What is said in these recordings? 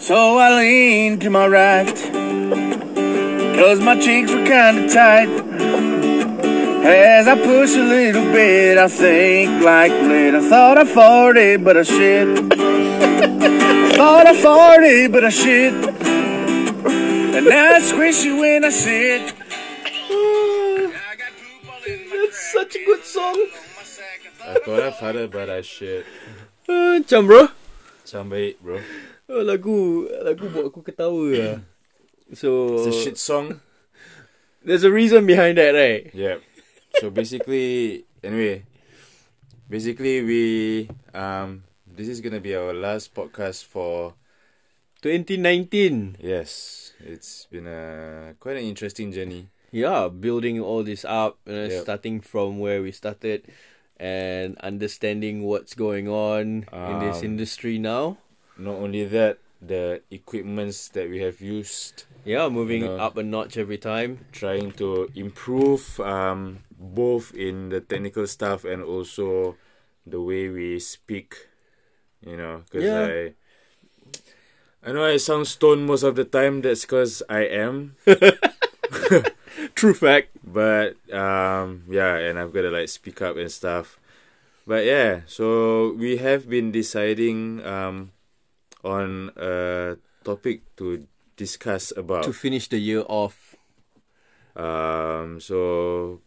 So I leaned to my right, cause my cheeks were kinda tight. As I push a little bit, I think like lit. I thought I farted, but I shit. thought I farted, but I shit. And now I squish you when I sit. I got poop all in my That's crack. such a good song. On my sack. I I thought I farted but I shit. Ah, Macam bro. Sound baik bro. Oh, lagu lagu buat aku ketawa lah. So It's a shit song. there's a reason behind that, right? Yeah. So basically, anyway, basically we um this is gonna be our last podcast for 2019. yes. It's been a quite an interesting journey. yeah, building all this up, you know, Yep. starting from where we started and understanding what's going on in this Um, industry now. Not only that, the equipments that we have used, Yeah, moving know. up a notch every time. trying to improve um both in the technical stuff and also the way we speak. You know, because Yeah. I. I know I sound stoned most of the time. That's because I am. True fact. But um yeah, and I've got to like speak up and stuff. But yeah, so we have been deciding um on a topic to discuss about. To finish the year off. Um so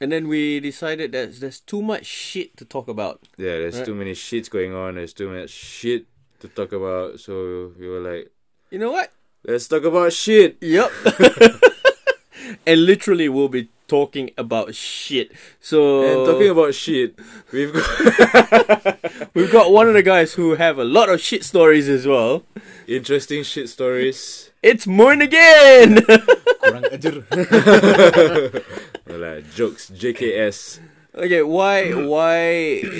And then we decided that there's too much shit to talk about. yeah, there's Right. too many shits going on, there's too much shit to talk about, so we were like, You know what? let's talk about shit. Yep. and literally we'll be talking about shit. So And talking about shit, we've got we've got one of the guys who have a lot of shit stories as well. interesting shit stories. It's Moon again. Kurang ajar. like jokes, JKS. Okay, why why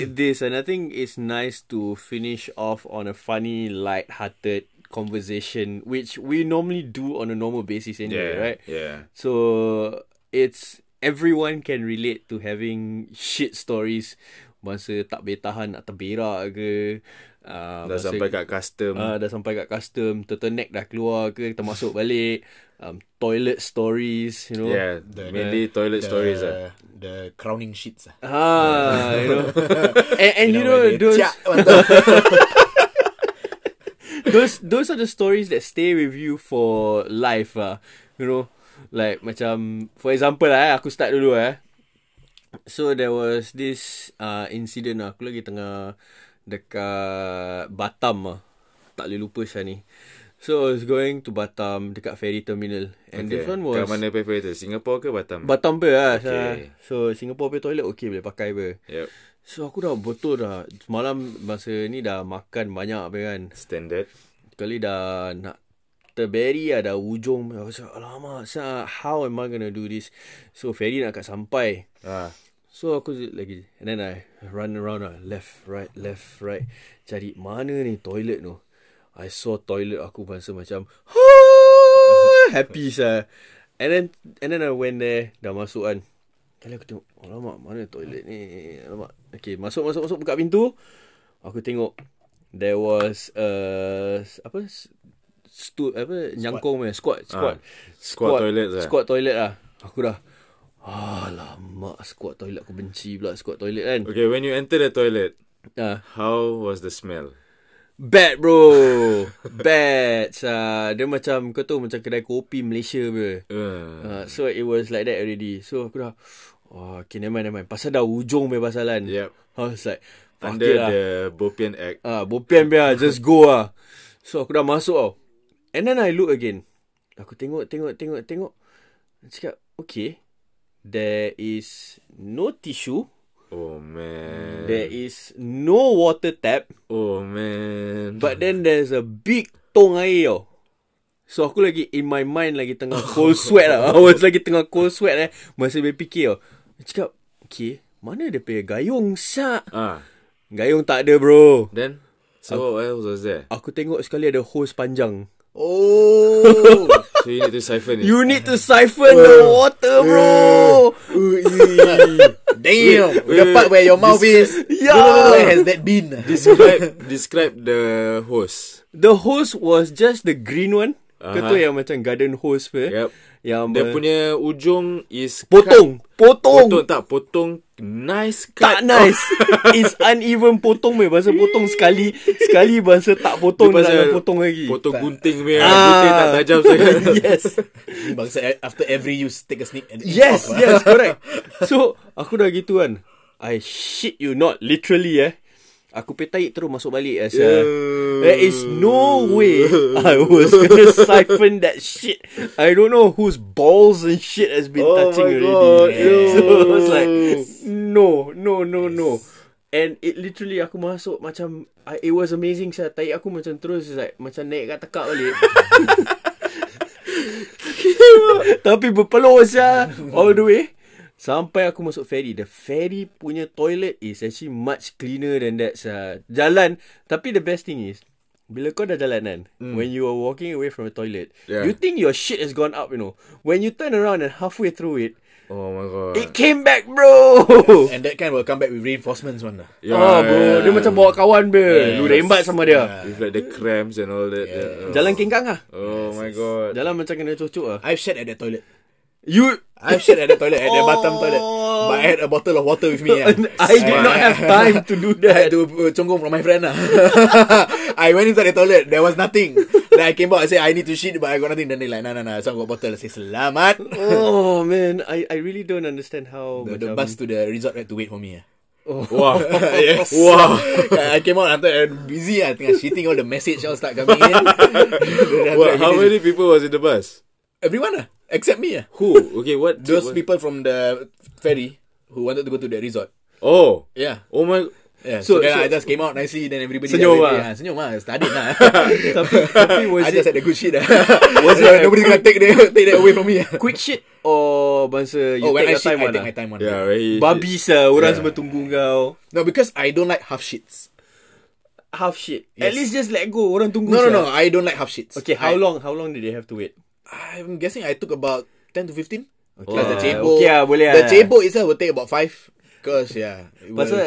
this? And I think it's nice to finish off on a funny, light-hearted conversation, which we normally do on a normal basis anyway, Yeah, right? yeah. So it's everyone can relate to having shit stories. Masa tak boleh tahan nak terberak ke. Uh, Dah masa- sampai kat custom. Ah, dah sampai kat custom, turtleneck dah keluar ke, kita masuk balik. Um, toilet stories, you know. Yeah, The- mainly toilet the, stories ah. The crowning sheets ah. Ah, you know. and, and you know, where they- those Cia, what the- those those are the stories that stay with you for life ah. You know, like macam for example lah eh, aku start dulu eh. So there was this uh, incident lah. Aku lagi tengah dekat Batam ah. Tak boleh lupa Syah ni. So I was going to Batam dekat ferry terminal and okay. this one was Kat mana preparator? Singapore ke Batam? Batam be lah Okay. okay. So Singapore punya toilet okay boleh pakai be yep. So aku dah betul dah Semalam masa ni dah makan banyak apa kan Standard. Sekali dah nak terberi lah dah ujung Aku cakap alamak sah, how am I gonna do this So ferry nak kat sampai Ah, So aku z- lagi And then I run around lah Left, right, left, right Cari mana ni toilet tu I saw toilet aku rasa macam Happy sah And then And then I went there Dah masuk kan Kali aku tengok "Oh, Alamak mana toilet ni Alamak Okay masuk masuk masuk Buka pintu Aku tengok There was uh, Apa Stu, apa Nyangkong punya Squat Squat Ah, squat toilet lah. Squat toilet lah Aku dah Alamak Squat toilet Aku benci pula Squat toilet kan Okay, when you enter the toilet, Ah. how was the smell? Bad bro Bad uh, Dia macam Kau tahu macam kedai kopi Malaysia ber Uh, uh, So it was like that already So aku dah oh, Okay never mind, never mind. Pasal dah ujung punya pasalan Yep. I was like Fuck under it lah the Bopian Act. Ah, bopian biar just go ah. So aku dah masuk tau. And then I look again. Aku tengok tengok tengok tengok. Cakap, okay. There is no tissue. Oh man. There is no water tap. Oh man. But then there's a big tong air tau. So aku lagi in my mind lagi tengah cold sweat lah. I was lagi tengah cold sweat eh. Masih berfikir tau. Cakap, okay. Mana dia punya gayung sak? ah, Gayung tak ada bro. then Uh, So what else was there? Aku tengok sekali ada hose panjang. Oh. So you need to siphon it. You need to siphon the water, bro. Damn. wait, the wait, part where your this- mouth is. Where Yeah. has that been? describe describe the hose. The hose was just the green one. Aha. Uh-huh. Kau tahu yang macam garden hose pe. Yep. Yang Dia ber- punya ujung is Uh, potong. Cut, Potong. potong tak potong nice cut. Tak nice. It's uneven potong meh. Bahasa potong sekali. Sekali bahasa tak potong. Dia Dia pasal nak potong lagi. Potong gunting punya. Ah. Gunting tak tajam sangat. yes. Ni Bangsa e- after every use, take a sneak and eat Yes, off, ah. yes, correct. So, aku dah gitu kan. I shit you not, literally eh. Aku petaik terus masuk balik as yeah. There is no way I was gonna siphon that shit. I don't know whose balls and shit has been Oh touching my already. God, So I was like, ew. no, no, no, no. And it literally aku masuk macam I, it was amazing saya tahi aku macam terus is like macam naik kat tekak balik. Tapi berpeluh saya all the way sampai aku masuk ferry. The ferry punya toilet is actually much cleaner than that saya. Jalan tapi the best thing is bila kau dah jalan kan Hmm. mm. When you are walking away from a toilet yeah. Yeah. You think your shit has gone up you know When you turn around and halfway through it Oh my god. It came back bro eh? And that kind will come back with reinforcements one. lah. Yeah, Ah, bro. yeah, Dia yeah. macam bawa kawan dia. Yes. Lu rembat sama dia. Yeah. With ya, like the cramps and all that. Yeah. Jalan kengkang ah. Oh my god. Jalan macam kena cucuk ah. I've shat at that toilet. You I've shat at that toilet, at that bottom Oh. toilet. But I had a bottle of water with me. eh? Yeah. I did not have time to do that. I had to uh, conggong from my friend. lah. I went inside the toilet. There was nothing. then I came out. I said, I need to shit, but I got nothing. Then they like, nah, nah, nah. So I got bottle. I say, selamat. Oh man, I I really don't understand how The, macam the bus to the resort had to wait for me. Yeah. Wow. Oh, yes. Wow. I came out after and busy. I think I shitting all the message all start coming in. Then What, after how everything- many people was in the bus? Everyone ah, except me ah. Who? Okay, what? Those what- people from the ferry who wanted to go to the resort. Oh. Yeah. Oh my. Yeah, so, So- then so- I just came out nicely. Then everybody Senyum just, ah. yeah, senyum ah, study lah. tapi tapi was I it just had the good shit. Ah. Nobody's gonna take that take that away from me. quick shit or bangsa you oh, when take I your shit, time I one take my ah? time one. Yeah, very. Babi sah, orang semua tunggu kau. No, because I don't like half shits. Half shit. At Yes. least just let go. Orang tunggu. No, no, sia. no. I don't like half shits. Okay, how I, long? How long did they have to wait? I'm guessing I took about ten to fifteen. Okay. ah, the cebo. okay ah, boleh The ah. cebo itself will take about five. Cause yeah, it will- Pasal,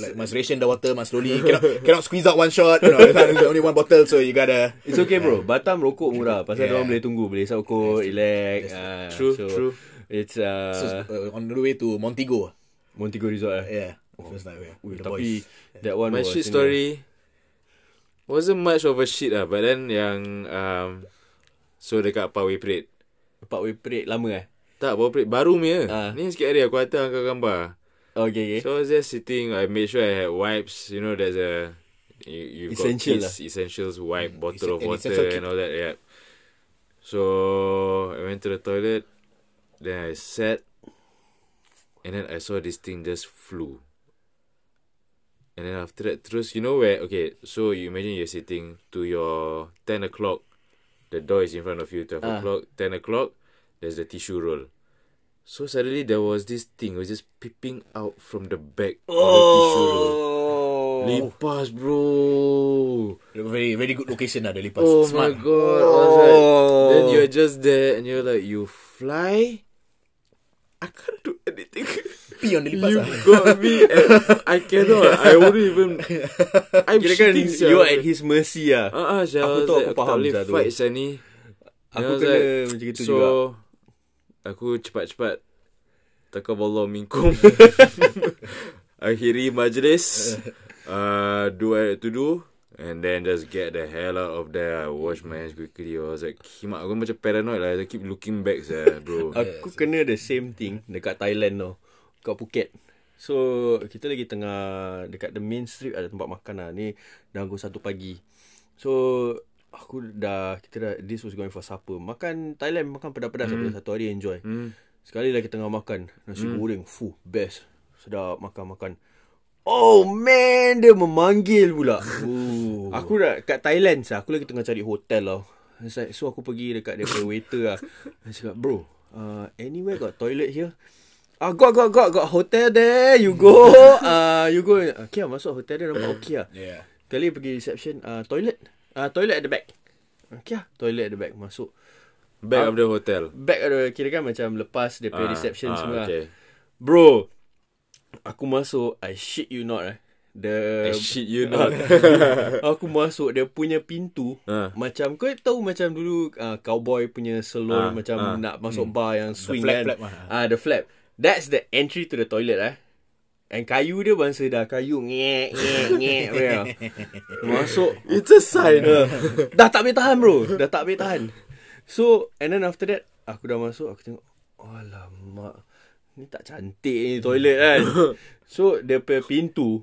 like must ration the water, must slowly cannot cannot squeeze out one shot. You know, there's only one bottle, so you gotta. It's okay bro. Batam rokok murah pasal yeah. Yeah. orang boleh tunggu, boleh isap rokok, relax. ah. True, so true. It's uh, So, uh, on the way to Montego. Montego Resort. Eh. Yeah. It feels like we're Yeah. the Tapi boys. that one My was shit you know, story wasn't much of a shit lah, but then yang um, so dekat Parkway Parade. Parkway Parade lama eh. Tak, Parkway Parade baru punya. Ah. Ni sikit hari aku hantar kau gambar. Oh, Okay, okay. So I was just sitting. I made sure I had wipes. You know, there's a you, you've Essential ah. Mm. got kids, essentials wipe, bottle it's- of an water, essential and all that. Yeah. So I went to the toilet. Then I sat, and then I saw this thing just flew. And then after that, terus you know where? Okay, so you imagine you're sitting to your ten o'clock. The door is in front of you. Twelve Ah. o'clock, ten o'clock. There's the tissue roll. So suddenly there was this thing was just peeping out from the back of oh. the tissue roll. Lipas, bro. Very, very good location lah, the Lipas. Oh my Smart. god. I was like- then you're just there and you're like, you fly. I can't do anything. Pee on the ah. Lipas you lah. got me. At, I cannot. I won't even. I'm Kira kan shitting. you are at his mercy ah. Uh-uh, sia. I Aku was tahu, like, aku tak aku faham boleh sia tu. fight sia ni. Then Aku I was kena macam gitu so, juga. aku cepat-cepat takaballah minkum. Akhiri majlis. Uh, do what I had to do. And then just get the hell out of there. I wash my hands quickly. I was like, kimak. Aku macam paranoid lah. I keep looking back sia, bro. Aku kena the same thing dekat Thailand tau. Kat Phuket. So, kita lagi tengah dekat the main street ada tempat makan lah. Ni dah pukul satu pagi. So, aku dah, kita dah, this was going for supper. Makan Thailand, makan pedas-pedas mm. satu hari enjoy. Mm. Sekali lagi tengah makan. Nasi mm. goreng, fuh, best. Sedap makan-makan. Oh man, dia memanggil pula. Ooh. Oh. Aku dah kat Thailand sah. Aku lagi tengah cari hotel tau. It's like, so aku pergi dekat dia punya waiter lah. Dia cakap, bro, uh, anywhere got toilet here? Ah, got, got, got, got hotel there. You go. Uh, you go. Okay lah, masuk hotel dia nampak okay lah. Yeah. Sekali pergi reception uh, Toilet uh, Toilet at the back Okay lah Toilet at the back Masuk Back Ah. of the hotel. Back at the Kira kan macam Lepas dia Ah, punya ah, reception semua lah. Okay. okay. Bro Aku masuk I shit you not eh The Eh, shit, you not. uh, Aku masuk Dia punya pintu Ah. Macam Kau tahu macam dulu uh, Cowboy punya Ah, salon Macam ah. nak masuk bar Yang swing kan flap- flap, lah. ah. Ah, The flap That's the entry to the toilet eh And kayu dia bangsa dah kayu Ngek ngek ngek yeah. Masuk Ah. It's a sign. Dah tak boleh tahan bro Dah tak boleh tahan So And then after that Aku dah masuk Aku tengok Alamak Ni tak cantik ni toilet kan So Dia punya pintu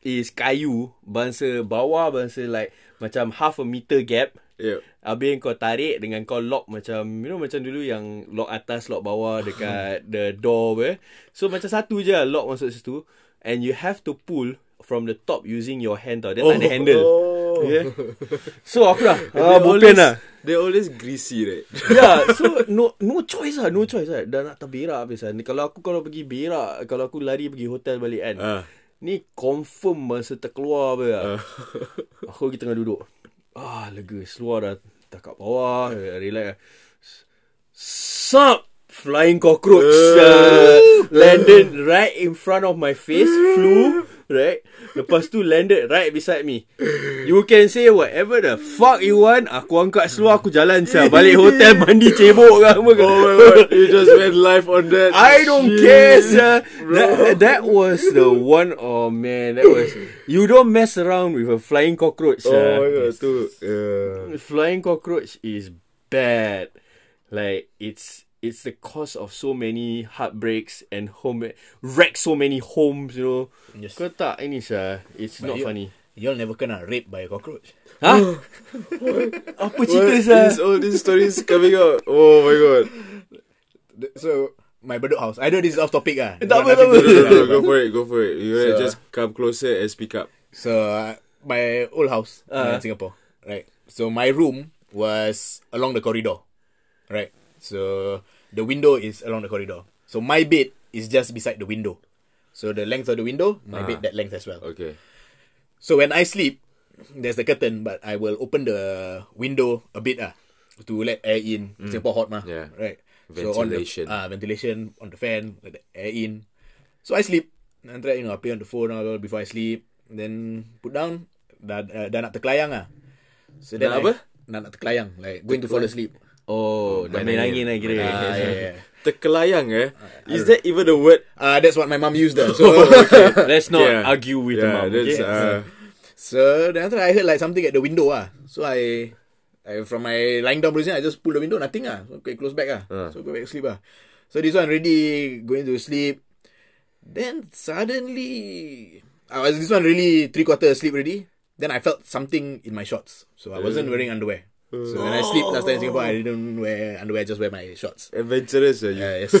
Is kayu Bangsa bawah Bangsa like Macam half a meter gap Yep. Habis kau tarik dengan kau lock macam You know macam dulu yang lock atas, lock bawah dekat the door weh. So macam satu je lah lock masuk situ And you have to pull from the top using your hand tau Dia tak ada handle Oh. yeah. So aku dah They ah, always- Bopian lah They always greasy, right? Yeah Ya, So no no choice lah No choice lah Dah nak terberak habis lah Ni Kalau aku kalau pergi berak Kalau aku lari pergi hotel balik kan Ah. Ni confirm masa terkeluar apa lah. Aku lagi tengah duduk. Ah, lega. Seluar dah tak kat bawah. Relax lah. Sup! Flying cockroach uh, landed Mm. right in front of my face. Flew. Right? Lepas tu landed right beside me. You can say whatever the fuck you want. Aku angkat seluar, aku jalan. Siap. Balik hotel, mandi cebok ke apa Oh ke. my god, you just went live on that. I don't Shit. care, sir. That, that was the one. Oh man, that was. You don't mess around with a flying cockroach, Oh my sir. god, tu. Uh, Flying cockroach is bad. Like it's it's the cause of so many heartbreaks and home wreck so many homes. You know. Yes. Kau tak ini sir. It's But not you- funny. You'll never kena raped by a cockroach. Huh? Apa cerita what sir? is all these stories coming out? Oh my god. The- So, my bedok house. I know this is off topic ah. Tak apa, Got tak nothing to apa. No, do with no, no, that, go but- for it, go for it. You So, just come closer and speak up. So, uh, my old house Uh-huh. Ah. in Singapore, right? So, my room was along the corridor, right? So, the window is along the corridor. So, my bed is just beside the window. So, the length of the window, my Uh-huh. bed that length as well. Okay. So when I sleep, there's the curtain, but I will open the window a bit ah to let air in. Singapore hot mah, Mm. Yeah. right? Ventilation. So on the, ah, ventilation on the fan, let the air in. So I sleep. And after that, you know, I play on the phone all before I sleep. Then put down. Dah, dah, dah nak terkelayang ah. So then Nak I- apa? Nak nak terkelayang, like going to fall asleep. Oh, dah main angin lah kira. Ah, yeah, yeah. Terkelayang eh? Is that even a word? Ah, that's what my mum used there. So, Oh, Let's not Yeah. argue with yeah, the mom. that's, Okay? uh, So then after that, I heard like something at the window ah. So I, I from my lying down position, I just pull the window, nothing ah. So okay, close back ah. So go back to sleep ah. So this one already going to sleep. Then suddenly, I was this one really three quarter asleep already. Then I felt something in my shorts. So I wasn't wearing underwear. So when I sleep last time in Singapore, I didn't wear underwear. I just wear my shorts. adventurous. eh, you. Yeah, yes.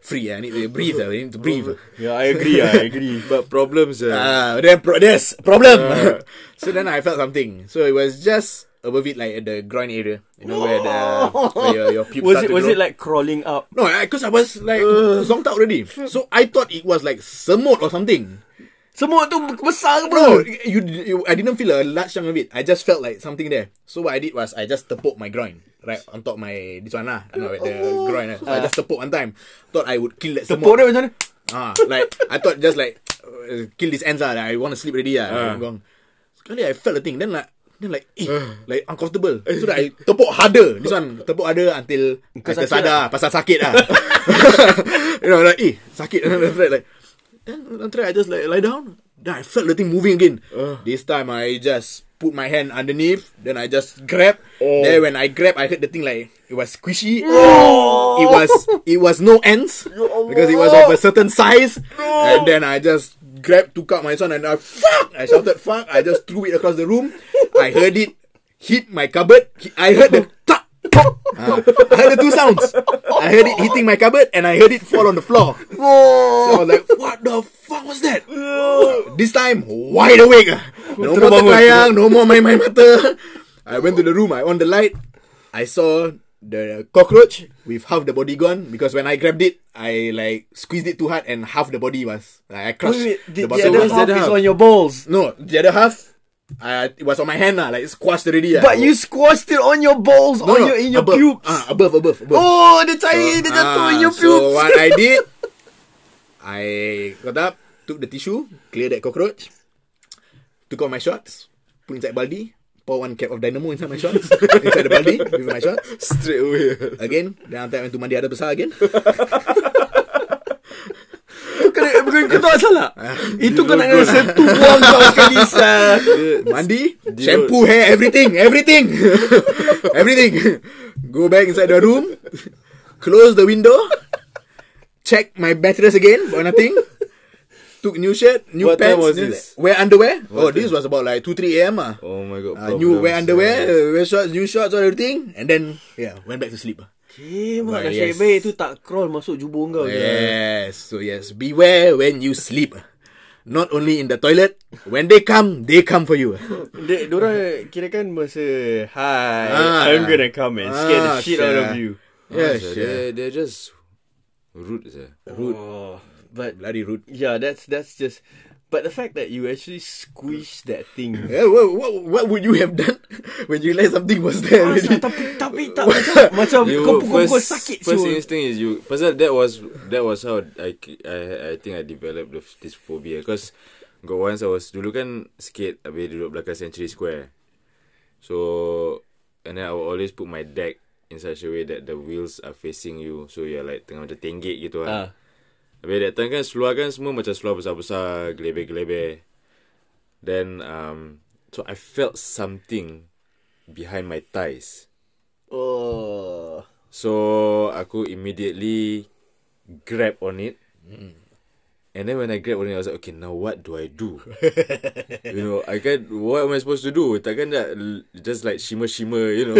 Free. ah. I need to breathe. ah. I need to breathe. yeah, I agree. ah, I agree. But problems. eh. Ah, then pro- there's problem. Uh, so then I felt something. So it was just above it, like at the groin area, you know, where the where your, your pubes Was start it to was grow. it like Uh. crawling up? no? Because I, was like zonked out already. So I thought it was like semut or something. Semua tu besar Bro, you, you I didn't feel a large chunk of it. I just felt like something there. So what I did was I just tepuk my groin. Right on top my this one lah, no, the groin. lah. So I just tepuk one time. Thought I would kill that Oh. Ah. semut. Tepuk dia macam mana? Ah, like I thought just like uh, kill these ants ah. Like, I want to sleep already ah. Like, gone. Sekali I felt the thing. Then like then like eh, like uncomfortable. So that I tepuk harder. This one tepuk harder until I Kau sakit tersadar pasal sakit ah. you know like eh sakit. Then after that, like then after that, I just like lie down. Then I felt the thing moving again. This time I just put my hand underneath. Then I just grab. Then when I grab, I heard the thing like it was squishy. It was it was no ends because it was of a certain size. And then I just grabbed, took out my son, and I fuck. I shouted fuck. I just threw it across the room. I heard it hit my cupboard. He- I heard the tuck. tuck. Ah, I heard the two sounds. I heard it hitting my cupboard, and I heard it fall on the floor. So I Oh. was like, what the fuck was that? This time, wide awake. ah. No more terkayang, no more main-main mata. I went to the room, I on the light. I saw the cockroach with half the body gone because when I grabbed it, I like squeezed it too hard and half the body was. Like, I crushed Wait, wait, the, the the bottom. other half is on your balls. no, the other half uh, it was on my hand lah, like squashed already. lah. But you squashed it on your balls No, on no, your in your above, pubes. Ah, above, above, above. oh, dia cair, dia jatuh ah, in your So pubes. what I did, I got up, took the tissue, clear that cockroach, took out my shots, put inside baldi, pour one cap of dynamo inside my shots, inside the baldi with my shots Straight away. again. Then after I went to mandi ada besar again. Kena, kena, kau tak salah. Itu kau nak kena sentuh buang kau sekali. sah. Mandi, shampoo, hair, everything, everything, everything. Go back inside the room, close the window, check my mattress again for nothing. Took new shirt, new What pants, time was new- this? wear underwear. oh, this was about like two, three a.m. Ah, Oh my god. uh, problems, eh? new wear underwear, yeah. uh, wear shorts, new shorts, all everything, and then yeah, went back to sleep. ah. Eh, mak Right, nasib yes. baik tu tak crawl masuk jubung Oh, kau. je. Yes, so yes, beware when you sleep. ah. Not only in the toilet, when they come, they come for you. Dia dorang kira kan masa hi Ah. I'm gonna come and scare the Ah, shit out of sia. you. Ah, Yeah, Honestly, sure. They're, they're just rude. sir. Rude. Oh, but Bloody rude. yeah, that's that's just but the fact that you actually squeeze that thing. Yeah, what, what, what would you have done when you realized something was there Ah, already? sah, tapi tapi tak macam macam kau pukul-pukul sakit first siul. instinct is you. Pasal that was that was how I I I think I developed the, this phobia. Cause got once I was dulu kan skate habis duduk belakang Century Square. So and then I will always put my deck in such a way that the wheels are facing you. So you're like tengah macam tenggek gitu Ah. lah. Habis that time kan seluar kan semua macam seluar besar-besar, gelebeh-gelebeh. Then um so I felt something behind my thighs. Oh. So aku immediately grab on it. And then when I grab on it, I was like, okay, now what do I do? you know, I can what am I supposed to do? Takkan dah l- just like shimmer shimmer, you know.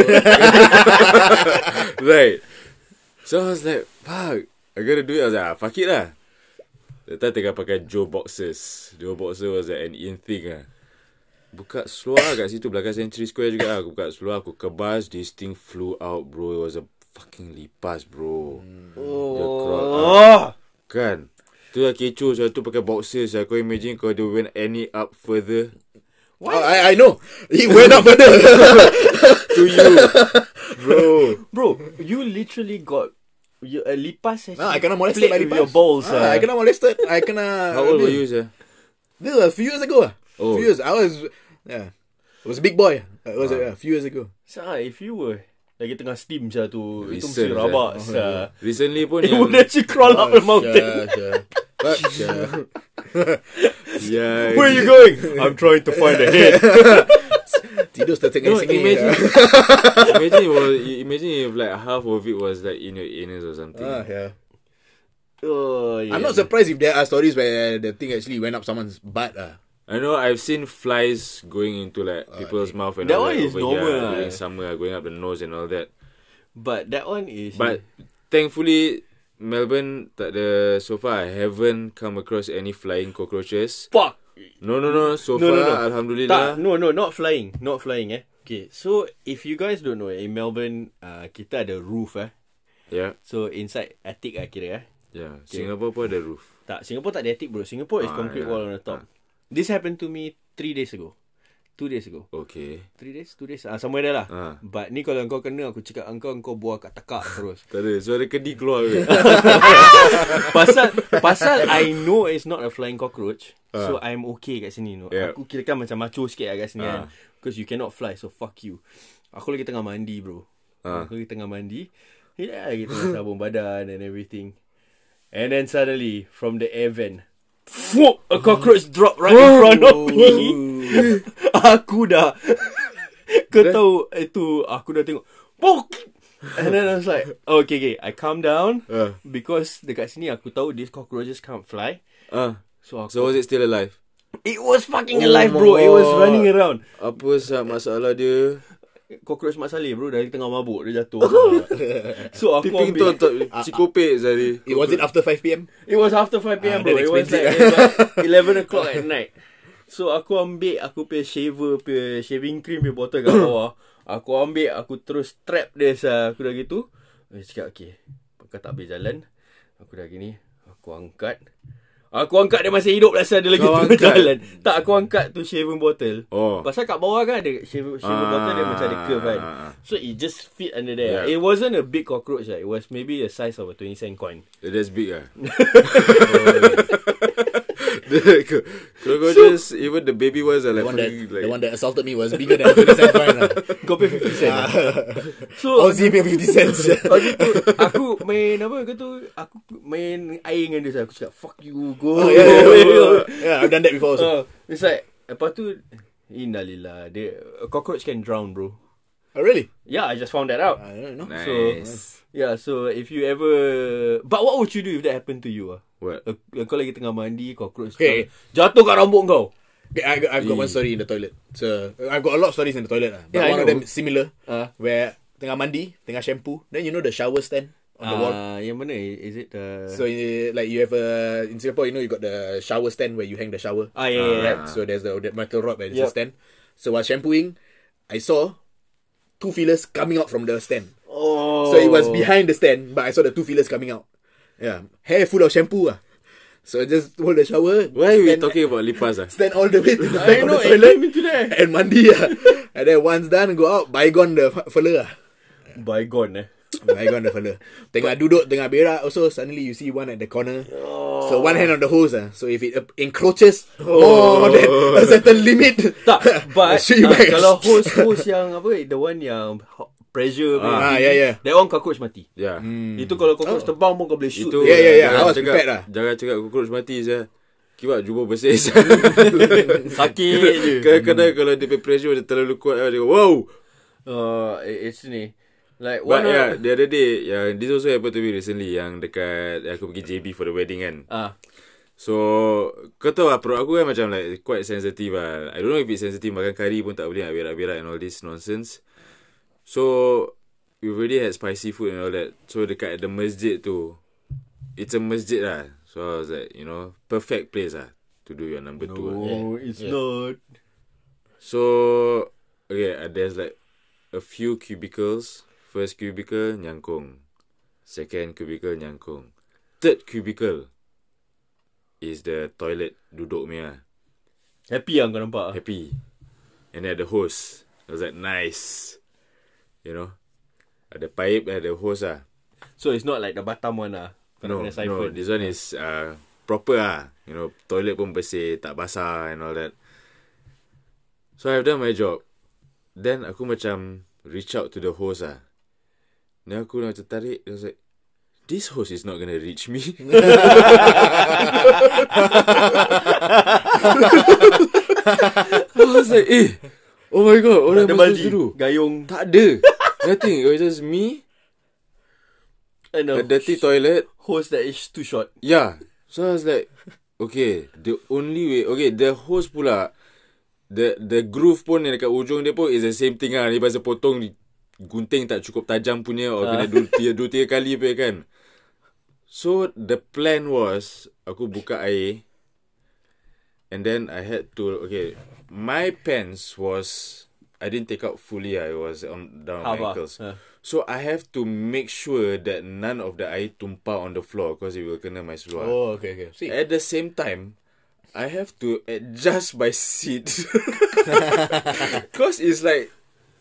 right. So I was like, fuck, I gotta do it. I was like, ah, fuck it lah. That time tengah pakai Joe Boxers. Joe Boxer was like an in thing lah. Buka seluar kat situ belakang Century Square juga lah. Aku buka seluar, aku kebas. This thing flew out bro. It was a fucking lipas bro. ah. Dia crawl out. Oh. Kan? Tu lah kecoh. Saya tu pakai boxer. Saya kau imagine kalau dia went any up further Oh, I, I know. He went up further. to you. bro. Bro, you literally got you, a lipas no, I actually kena played molested by with lipas. your balls. ah. Ah, I kena molested. I kena... uh. How old were you, sir? This was a few years ago. Oh. Oh. Few years. I was... Yeah. I was a big boy. I was Ah. uh, a few years ago. Sah, if you were lagi tengah steam sah Oh, tu, itu mesti Listen, sah. rabak sah. Recently pun It yang, would actually crawl up the mountain. Oh, sure. But, sure. yeah, Where are you going? I'm trying to find a head. Tidur started No, singing. imagine, yeah. imagine, it was, imagine if like half of it was like in your anus or something. Ah, yeah. Oh, yeah. I'm not surprised if there are stories where the thing actually went up someone's butt. Uh. I know I've seen flies going into like people's mouth and Ah, that all one that is over normal here lah. Hmm. during summer, going up the nose and all that. But that one is. But thankfully, Melbourne tak ada so far. I haven't come across any flying cockroaches. fuck. No, no, no. So far, No, no, no. Tak, alhamdulillah. no, no, not flying, not flying. Eh. Okay, so if you guys don't know, eh, in Melbourne, uh, kita ada roof eh. Yeah, So inside attic ah kira eh. yeah. Ya, Singapore pun ada roof. Tak, Singapore tak ada attic bro. Singapore is Ah, concrete yeah. wall on the top. This happened to me three days ago. Two days ago. Okay. Three days, two days. Ah, somewhere there lah. Ah. But ni kalau kau kena, aku cakap engkau, engkau buah kat tekak terus. Tak ada. Suara kedi keluar. weh. pasal pasal I know it's not a flying cockroach. Uh. So I'm okay kat sini you know. Ah. Yeah. Aku kira kan macam macho sikit lah kat sini uh. kan. Ah. Because you cannot fly so fuck you. Aku lagi tengah mandi bro. Ah. Uh. Aku lagi tengah mandi. Ya, lagi tengah sabun badan and everything. And then suddenly from the air vent Fuck, a cockroach drop right in front of me. aku dah Kau tahu Itu Aku dah tengok Bok And then I was like oh, Okay okay I calm down Ah. Because dekat sini aku tahu These cockroaches can't fly Ah. So aku So was it still alive? It was fucking Oh alive my bro It was God. running around Apa sah masalah dia? Cockroach Mat Saleh bro Dari tengah mabuk Dia jatuh So aku Piping ambil tu tak cikopek Zari. It was it after 5 p.m. It was after 5pm Ah, bro that It was like, explains it was like 11 o'clock at night So aku ambil Aku punya shaver punya Shaving cream punya botol kat bawah Aku ambil Aku terus trap dia sah. Aku dah gitu Dia cakap okay Kau tak boleh jalan Aku dah gini Aku angkat Aku angkat dia masih hidup Rasa dia lagi Kau turun angkat? jalan Tak aku angkat tu shaving bottle Oh. Pasal kat bawah kan ada shaving, shaving Ah. bottle dia macam ada curve kan So it just fit under there Yeah. It wasn't a big cockroach lah. It was maybe the size of a 20 cent coin That's big ah. The cockroaches, even the baby ones are The like, one, that, fucking the one like that assaulted me was bigger than 50 cent coin lah. Kau pay 50 cent Ah. lah. So Aussie punya 50 cents. Pagi tu Aku main apa Kau tu Aku main air dengan dia Aku cakap Fuck you Go Oh, yeah, yeah, yeah, yeah. yeah, I've done that before also. Uh, It's like Lepas tu Innalillah Dia a Cockroach can drown bro Oh, really? Yeah I just found that out I don't know. nice. Yeah so if you ever But what would you do If that happened to you ah? What? Uh, Kau lagi tengah mandi Cockroach Okay. Jatuh kat rambut kau Okay, I, I've got one story in the toilet. So I've got a lot of stories in the toilet lah. But Yeah, I one of know. them similar, Ah. where tengah mandi, tengah shampoo, then you know the shower stand on the wall. Ah, Yang mana Is it uh, the So eh, like you have a in Singapore, you know you got the shower stand where you hang the shower. Ah yeah, yeah, yeah. Right? So there's the that metal rod where there's a Yup. stand. So while shampooing, I saw two feelers coming out from the stand. Oh So it was behind the stand, but I saw the two feelers coming out. Yeah, hair full of shampoo ah. So I just hold the shower. Why are we stand- talking about lipas ah? Stand all the way to the I back of know the It toilet. led me to there and mandi lah. and then once done, go out, bygone the f- fella lah. Bygone eh Bygone the fella. Tengah duduk, tengah berak also, suddenly you see one at the corner. So one hand on the hose lah. So if it uh, encroaches more than a certain limit. Oh. Tak, but shoot you uh, back. kalau host host yang apa, the one yang ho- pressure Ah, yeah, yeah. That one cockroach mati. Yeah. Itu kalau cockroach terbang pun kau boleh shoot. Hmm. Oh. Itu Yeah, yeah, yeah. jangan I was cakap- prepared lah. Jangan cakap cockroach mati saya. Kibat jumpa bersih sakit je. Kadang-kadang kalau dia punya pressure dia terlalu kuat dia go, wow Uh, it's ni. Like But one yeah, yeah. the other day, yang this also happened to me recently yang dekat eh, aku pergi JB for the wedding kan. Ah, So, kau tahu lah perut aku kan macam like quite sensitive lah. I don't know if it's sensitive makan kari pun tak boleh nak berak-berak and all this nonsense. So, we already had spicy food and all that. So, dekat the masjid tu, it's a masjid lah. So, I was like, you know, perfect place lah to do your number two. lah. oh, it's not. So okay, uh, there's like a few cubicles. First cubicle nyangkung, second cubicle nyangkung, third cubicle is the toilet duduk punya Happy yang kau nampak. ah? happy, and then the hose. I was like nice, you know, ada pipe ada hose ah. So it's not like the Batam one lah. Kau No, nak kena no, siphon. this one is uh, proper ah. You know, toilet pun bersih, tak basah and all that. So I've done my job. Then aku macam reach out to the host ah. Then aku macam tarik, I was like, this host is not gonna reach me. I was like, eh, oh my god, what am Tak ada I supposed baldi. to do? Gayung. Tak ada. Nothing, it was just me, And a a dirty toilet, host that is too short. Yeah. So I was like, okay, the only way, okay, the host pula, the the groove pun yang dekat ujung dia pun is the same thing lah. Ni pasal potong gunting tak cukup tajam punya or kena dua, tiga, dua tiga kali punya kan. So the plan was, aku buka air and then I had to, okay, my pants was, I didn't take out fully lah. It was on, down my Half ah. ankles. Ah. So I have to make sure that none of the air tumpah on the floor because it will kena my seluar. Oh, okay, okay. See, At the same time, I have to adjust my seat. Cause it's like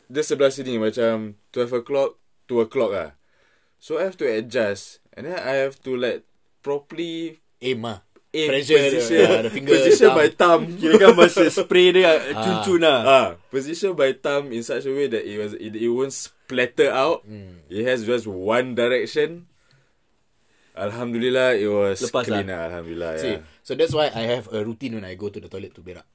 the sebelah sini macam 12 o'clock, 2 o'clock ah. So I have to adjust and then I have to like properly aim ah. aim Pressure the- position, yeah, the finger, position thumb. my thumb. Kira kan masa spray dia cun-cun lah. Ah, position my thumb in such a way that it was it, it won't splatter out. Hmm. It has just one direction. Alhamdulillah, it was Lepas clean lah. lah. Alhamdulillah, See, yeah. so that's why I have a routine when I go to the toilet to berak.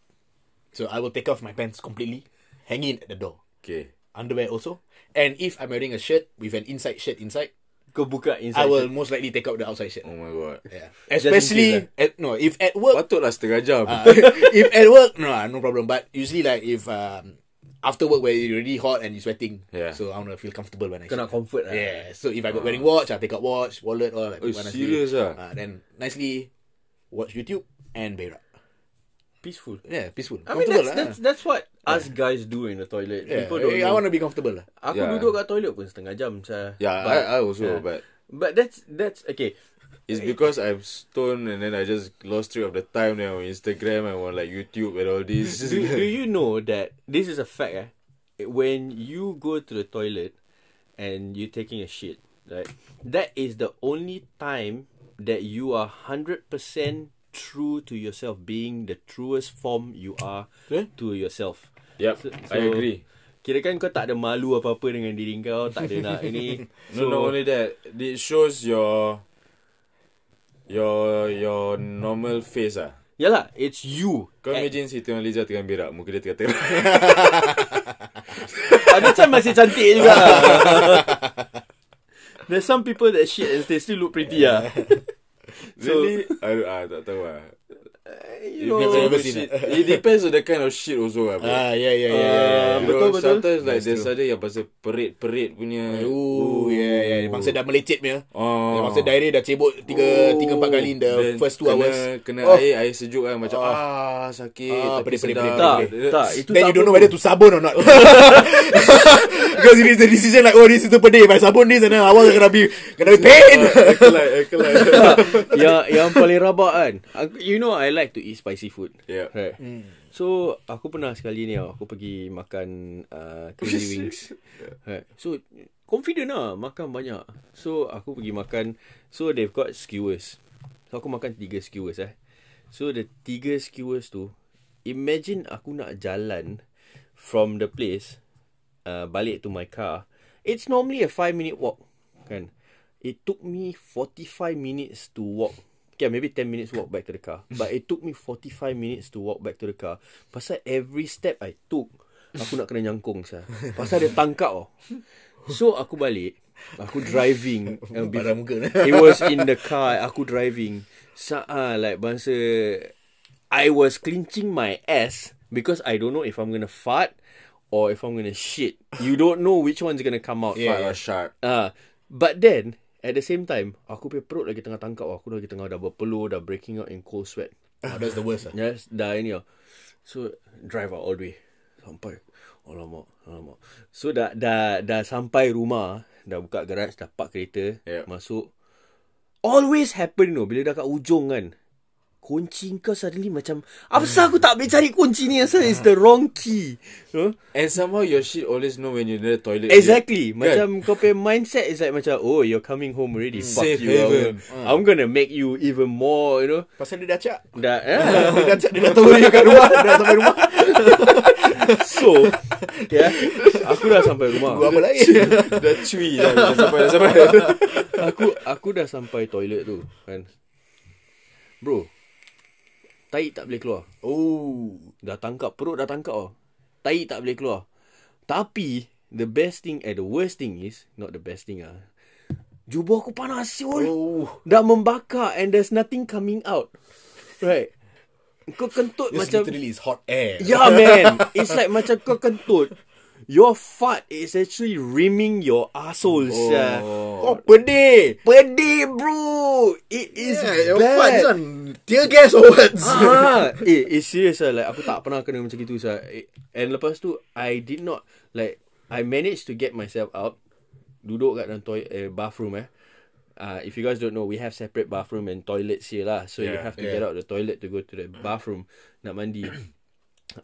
So I will take off my pants completely, hang it at the door, Okay. underwear also, and if I'm wearing a shirt with an inside shirt inside, Kau buka inside. I will most likely take out the outside shirt. Oh my god. Yeah. in case Especially uh, at, no, if at work, Patutlah setengah jam. Ah. uh, if at work, no, ah, no problem. But usually, like if um, after work where you're really hot and you're sweating, Yeah. Ah. so I want to feel comfortable when I. Kau nak shit. comfort lah. Yeah. So if I got wearing watch, I take out watch, wallet, all that. Oh, serious ah? Uh, then nicely watch YouTube and berak. Peaceful. Yeah, peaceful. I mean that's, Comfortable that's, lah. that's what us guys do in the toilet. Yeah, People don't I, know. want to be comfortable lah. Eh, Aku Yeah. duduk kat toilet pun setengah jam saya. yeah, but, I, I also, yeah. but but that's that's okay. It's because I'm stoned and then I just lost track of the time now on Instagram and on like YouTube and all this. do, do you know that this is a fact? Eh? When you go to the toilet and you're taking a shit, right? That is the only time that you are hundred percent true to yourself, being the truest form you are Eh? to yourself. Yep, So- I so- agree. Kira kan kau tak ada malu apa-apa dengan diri kau, tak ada nak ini. No, not only that, it shows your your your normal face ah. Yalah, it's you. Eh, Kau Eh. At- imagine si Tuan Liza tengah berak, muka dia tengah terang. Ada macam masih cantik juga There's some people that shit and they still look pretty ah. So- really? I, ah, tak tahu ah. You You know, never Never seen seen it. it. It depends on the kind of shit also ah. bro. Ah, yeah, yeah, yeah, yeah, yeah. Ah, You betul, know, betul. Sometimes like That's there's true. ada yang pasal perit-perit punya. Um, Ooh, yeah, yeah. Dia Mangsa dah melecet punya. Oh. Dia Mangsa diarrhea dah cebok tiga, Oh. tiga empat kali in the Then first two kena, hours. Kena Oh. air, air sejuk kan. Macam, Ah. ah, sakit. Ah, tapi pedih, pedih, sedap. pedih, tak, Dia- tak, itu Then tak you don't know apa. whether to sabun or not. Because it is the decision like, oh, this is too pedih. If I sabun this and then awal gonna be, gonna be pain. Ah, Kelai, eh, kelai. yang yang paling rabak kan. Aku, you know I like to eat spicy food. Yeah. Right. So aku pernah sekali ni tau, aku pergi makan uh, curry wings. right. So confident lah makan banyak. So aku pergi makan so they've got skewers. So aku makan tiga skewers eh. So the tiga skewers tu imagine aku nak jalan from the place uh, balik to my car. It's normally a 5 minute walk kan. It took me 45 minutes to walk. Okay, maybe 10 minutes walk back to the car. But it took me 45 minutes to walk back to the car. Pasal every step I took, aku nak kena nyangkung sah. Pasal dia tangkap oh. So aku balik, aku driving. And Barang muka. it was in the car. Aku driving. Sa ah, like bangsa. I was clinching my ass because I don't know if I'm gonna fart or if I'm gonna shit. You don't know which one's gonna come out. Fart or shark. Ah, but then at the same time, aku punya perut lagi tengah tangkap. Aku lagi tengah dah berpeluh, dah breaking out in cold sweat. Oh, that's the worst. lah. Yes, dah ini lah. So, drive out all the way. Sampai. Alamak, alamak. So, dah, dah, dah sampai rumah. Dah buka garage, dah park kereta. Yep. Masuk. Always happen you know, Bila dah kat ujung kan. Kunci kau suddenly macam, apa sah aku tak boleh cari kunci ni? Asal it's the wrong key. Huh? And somehow your shit always know when you're near the toilet. Exactly. Kan? Macam kau punya mindset is like macam, oh, you're coming home already. Fuck Mm. Safe you. I'm haven. gonna- I'm gonna make you even more, you know. Pasal dia dah cak. Dah, eh. Dia dah cak. Dia dah tahu dia kat rumah. Dia dah sampai rumah. Ya. So yeah, Aku dah sampai Gua rumah apa lain. Dah cui lah. Dah sampai, dah sampai. Aku aku dah sampai toilet tu kan Bro Tai tak boleh keluar Oh. Dah tangkap Perut dah tangkap tau Tai tak boleh keluar Tapi The best thing Eh the worst thing is Not the best thing ah Jubah aku panas siul Oh. Dah membakar And there's nothing coming out Right Kau kentut This macam literally is hot air. Yeah man It's like macam kau kentut Your fart is actually rimming your assholes. Oh. Oh, pedih. Pedih bro. It is Yeah, your bad. fart, this one. Tear gas or what? Ah, eh, eh serious lah. Like, aku tak pernah kena macam gitu sah. Eh, and lepas tu, I did not like I managed to get myself out. Duduk kat dalam toilet eh, bathroom eh. Uh, if you guys don't know, we have separate bathroom and toilets here lah. So you Yeah, have to get yeah. out the toilet to go to the bathroom nak mandi.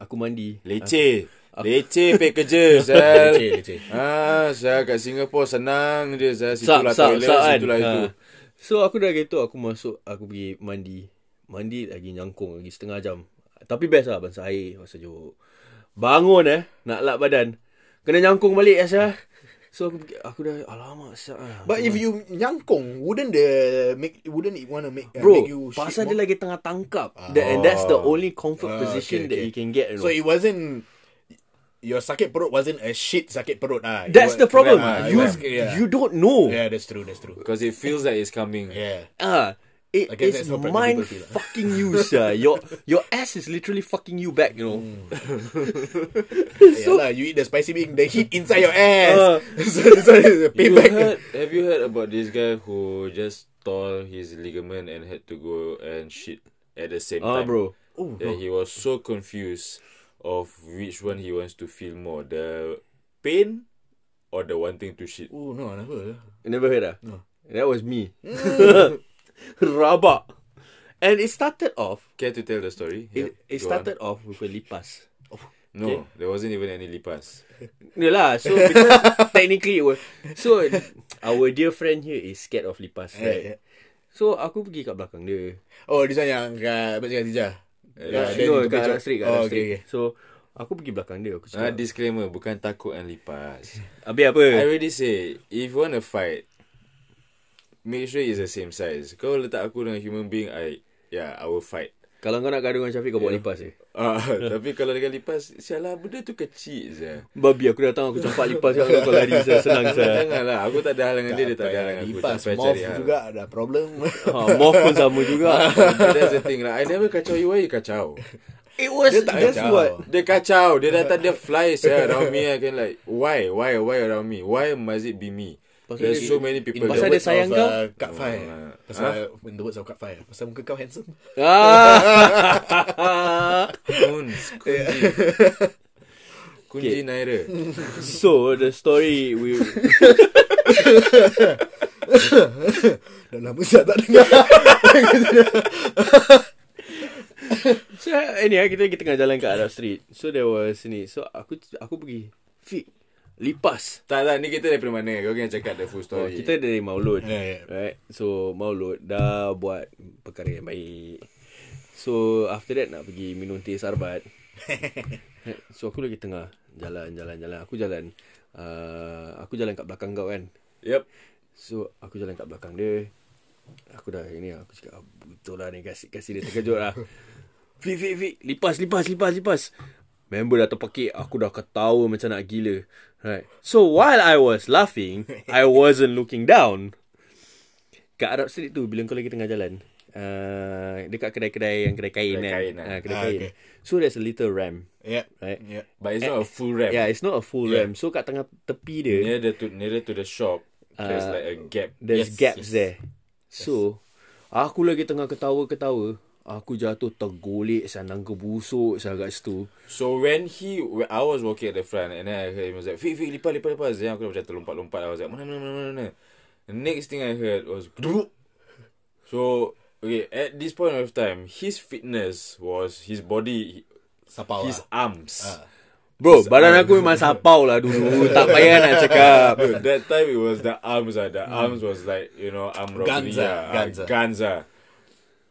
aku mandi. Leceh. Ah. Leceh pay kerja Zal Leceh, leceh. Ah, Zal kat Singapore senang je Zal Sap, Situlah sap, toilet, sap kan. Ah. situlah itu Ha. So aku dah gitu aku masuk aku pergi mandi. Mandi lagi nyangkung lagi setengah jam. Tapi best lah bangsa air masa sejuk. Bangun eh nak lap badan. Kena nyangkung balik Asya. So aku pergi- aku dah alamak siap lah. But if you nyangkung, wouldn't the make wouldn't it want to make uh, Bro, make you shit pasal more? Ah. dia lagi tengah tangkap. That, and that's the only comfort position okay, that okay. you can get. You know. So it wasn't your sakit perut wasn't a shit sakit perut ah. It that's was- the problem. Ah, it you was- yeah. you don't know. Yeah, that's true, that's true. Because it feels like it's coming Yeah. Ah, it I is guess that's how pregnant mind people feel, ah. fucking you, sir. Your your ass is literally fucking you back, you know. Mm. yeah lah, you eat the spicy bean, the heat inside your ass. Ah. so this one is you a payback. heard, Have you heard about this guy Who just tore his ligament And had to go and shit At the same Ah, time bro. Oh, That he was so confused Of which one he wants to feel more The pain Or the wanting to shit Oh no, never. You never heard that? No. That was me. rabak. And it started off. Care to tell the story? It, Yep, it go on. started off with a lipas. No, okay. there wasn't even any lipas. No lah, so because technically it was, so our dear friend here is scared of lipas, right? yeah. So aku pergi kat belakang dia. Oh, this one yang kat Abang Cakap Tijah. Yeah, no, kat Arab Street, kat Arab Oh, okay, Street. okay. So aku pergi belakang dia, aku Ah, cakap, disclaimer, bukan takut and lipas. habis apa? I already say, if you want to fight, make sure it's the same size. Kau letak aku dengan human being, I yeah, I will fight. Kalau kau nak gaduh dengan Syafiq, kau bawa lipas je. Ah, tapi kalau dengan lipas, sialah benda tu kecil je. Babi aku datang, aku campak lipas kat kau, kau lari, saya senang saya. Janganlah, lah, aku tak ada hal dengan dia, dia tak ada hal dengan aku. Lipas, Tak payah Moth cari hal. juga ada problem. Ha, morph pun sama juga. That's the thing lah. I never kacau you, why you kacau? It was, Dia tak that's kacau. what, Dia kacau. Dia datang, dia fly yeah, around me. I can like, why? Why? Why around me? Why must it be me? Pasal There's dia- so many people. Pasal there. dia sayang kau? Kat Fai. Ah. uh, Pasal in the words of Kat Fai. Pasal muka kau handsome. Ah. Kunz, Kunji. Kunji Okay. Naira. so the story we Dah lama saya tak dengar. so anyhow kita kita tengah jalan ke Arab Street. So there was ni. So aku aku pergi Fik Lipas. Tak, tak. Ni kita daripada mana? Kau kena cakap the full Oh, story. kita dari Maulud. Ya, ya. Right. So Maulud dah buat perkara yang baik. So after that nak pergi minum teh sarbat. so aku lagi tengah jalan jalan jalan. Aku jalan uh, aku jalan kat belakang kau kan. Yep. So aku jalan kat belakang dia Aku dah ini Aku cakap ah, Betul lah ni Kasih, kasih dia terkejut lah Fik fik fik Lipas lipas lipas lipas Member dah terpekik Aku dah ketawa macam nak gila Right So while I was laughing I wasn't looking down Kat Arab Street tu Bila kau lagi tengah jalan uh, Dekat kedai-kedai Yang kedai kain, Kedai kan? kain lah. Ah, kedai Ah, kain okay. So there's a little ramp Yeah. Right Yeah. But it's not a full rap. Yeah it's not a full ramp So kat tengah tepi dia Near the to, nearer to the shop, there's Uh, like a gap. There's Yes, gaps yes. there. So, aku lagi tengah ketawa-ketawa. Aku jatuh tergolek sanang kebusuk saya kat situ. So when he, when I was walking at the front and then I heard him was like, Fik, Fik, lipat, lipat, lipat. Then aku dah macam terlompat-lompat. I was like, mana, mana, mana, mana, mana. Next thing I heard was, Duk. So, okay, at this point of time, his fitness was his body, Sapau his lah. arms. Bro, badan aku memang sapau lah dulu. tak payah nak cakap. Dude, that time it was the arms. Uh, the arms was like, you know, arm robbery. Guns, Ganza. ah, guns, uh, ah. ganza.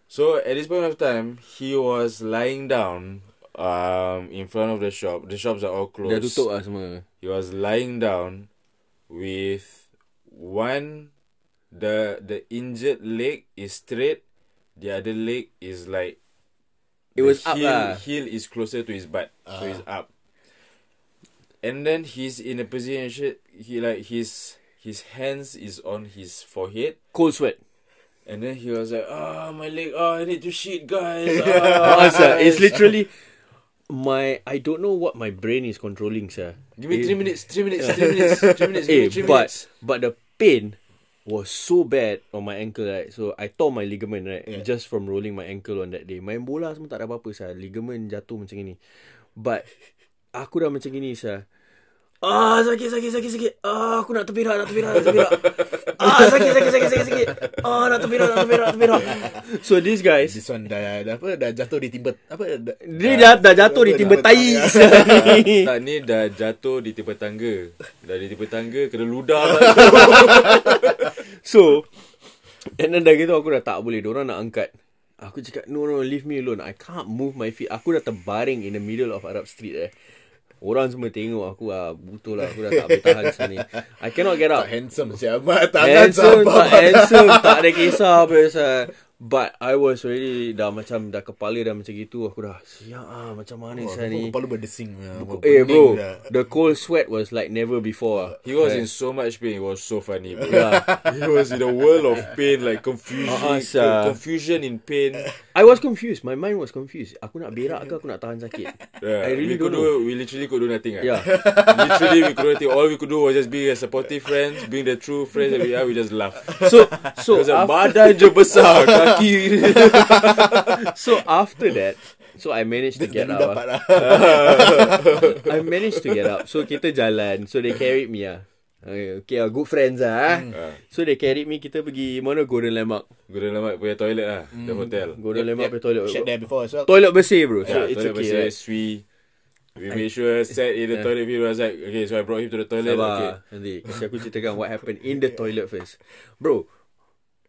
So at this point of time, he was lying down um, in front of the shop. The shops are all closed. Dah tutup lah semua. He was lying down with one the the injured leg is straight, the other leg is like the It was up heel, lah. Heel is closer to his butt, so he's up. And then he's in a position. He like his his hands is on his forehead, Cold sweat. and then he was like, "Ah, my leg! Oh, I need to shit, guys!" Oh, sir, Ah. it's literally... My, I don't know what my brain is controlling, sir. Give me three minutes. Three minutes. Three minutes. Three minutes. Give me Eh, three but, minutes. but the pain was so bad on my ankle, right? So, I tore my ligament, right? Yeah. Just from rolling my ankle on that day. Main bola semua tak ada apa-apa, sah. Ligament jatuh macam ini. But, aku dah macam ini, sah. Ah, sakit, sakit, sakit, sakit. Ah, aku nak terberak, nak terberak, nak terberak. ah, sakit, sakit, sakit, sakit, sakit. Ah, nak terberak, nak terberak, nak terberak. So, these guys, This one dah, dah apa dah jatuh di timba apa dah, dia dah, dah jatuh di timba tai. sah, Tak ni. Lah, ni dah jatuh di tipe tangga Dah di tipe tangga Kena ludah lah So And then dah gitu aku dah tak boleh Diorang nak angkat Aku cakap No no leave me alone I can't move my feet Aku dah terbaring In the middle of Arab Street eh Orang semua tengok aku ah, Butuh lah Aku dah tak boleh tahan sini I cannot get up tak handsome siapa tangan Handsome siapa tak handsome Tak ada kisah apa sah. But I was already Dah macam Dah kepala dah macam gitu Aku dah Siap ah Macam mana oh, ni kepala berdesing lah. Eh Pening bro dah. The cold sweat was like Never before ah. He was in so much pain It was so funny bro. He was in a world of pain Like confusion Ah, ah, sia. Confusion in pain I was confused. My mind was confused. Aku nak berak ke aku nak tahan sakit? yeah, I we really could don't know. do We literally could do nothing ah. Yeah. Literally we could do nothing All we could do Was just be a supportive friends Being the true friends That we are We just laugh So so Because a after, badan je besar Kaki so after that, so I managed to Dah get lu up. dapat ah. lah. I managed to get up. So kita jalan. So they carried me ah. Okay, okay ah, good friends ah. Hmm. Mm. So they carried me kita pergi mana Golden Landmark. Golden Landmark punya toilet lah. Mm. The hotel. Golden Landmark Yep, punya toilet. Shared there before as well. Toilet bersih bro. So Yeah, it's toilet okay. bersih, Right? we we made sure sat in the toilet. He was like, okay, so I brought him to the toilet. Sabar Okay. nanti kasi aku ceritakan what happened in the toilet first. Bro,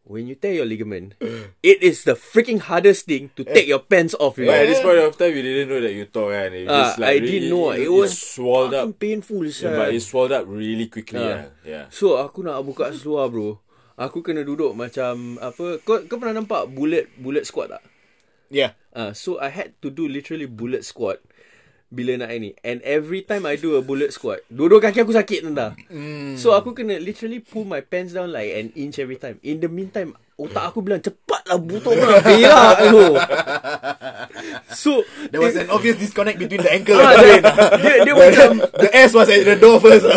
when you tear your ligament, it is the freaking hardest thing to Eh. take your pants off, you But at know. this point of time, we didn't know that you tore kan. It Ah, just like I didn't know. It, was swelled up. fucking painful, sir. Yeah, but it swelled up really quickly. Ah. Yeah. yeah. So aku nak buka seluar bro. Aku kena duduk macam apa? Kau kau pernah nampak bullet bullet squat tak? Yeah. Uh, so I had to do literally bullet squat bila nak ini. And every time I do a bullet squat, dua-dua kaki aku sakit tanda. Hmm. Mm. So aku kena literally pull my pants down like an inch every time. In the meantime, otak aku bilang cepatlah butong kau nak berak tu. So There was an obvious disconnect between the ankle Ah, and the dia, brain. dia, dia macam the ass was at the door first.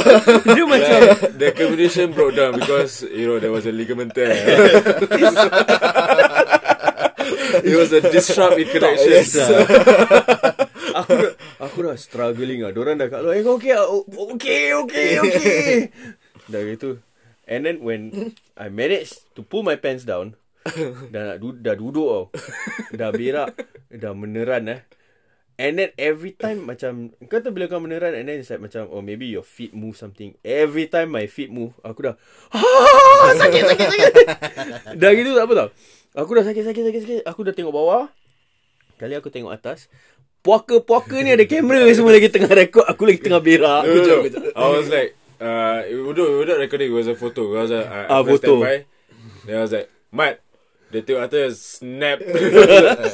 dia macam the combination broke down because you know there was a ligament tear. it was a disrupt in connections. ah. aku dah, aku dah struggling ah. Diorang dah kat luar. Eh, kau okay ah? O- Okay, okay, okay. dah gitu. And then when I managed to pull my pants down, dah nak du- dah duduk tau. dah berak, dah meneran eh. And then every time macam Kau tahu bila kau meneran And then it's like macam Oh maybe your feet move something Every time my feet move Aku dah ah, Sakit sakit sakit Dah gitu tak apa tau Aku dah sakit sakit sakit sakit Aku dah tengok bawah Kali aku tengok atas Puaka-puaka ni ada kamera Semua lagi tengah rekod Aku lagi tengah berak No, no, no. I was like, uh, it- we don't, we don't recording. It was a photo. It was a, uh, Ah, I was photo. standby. Then I was like, Matt, the two after snap.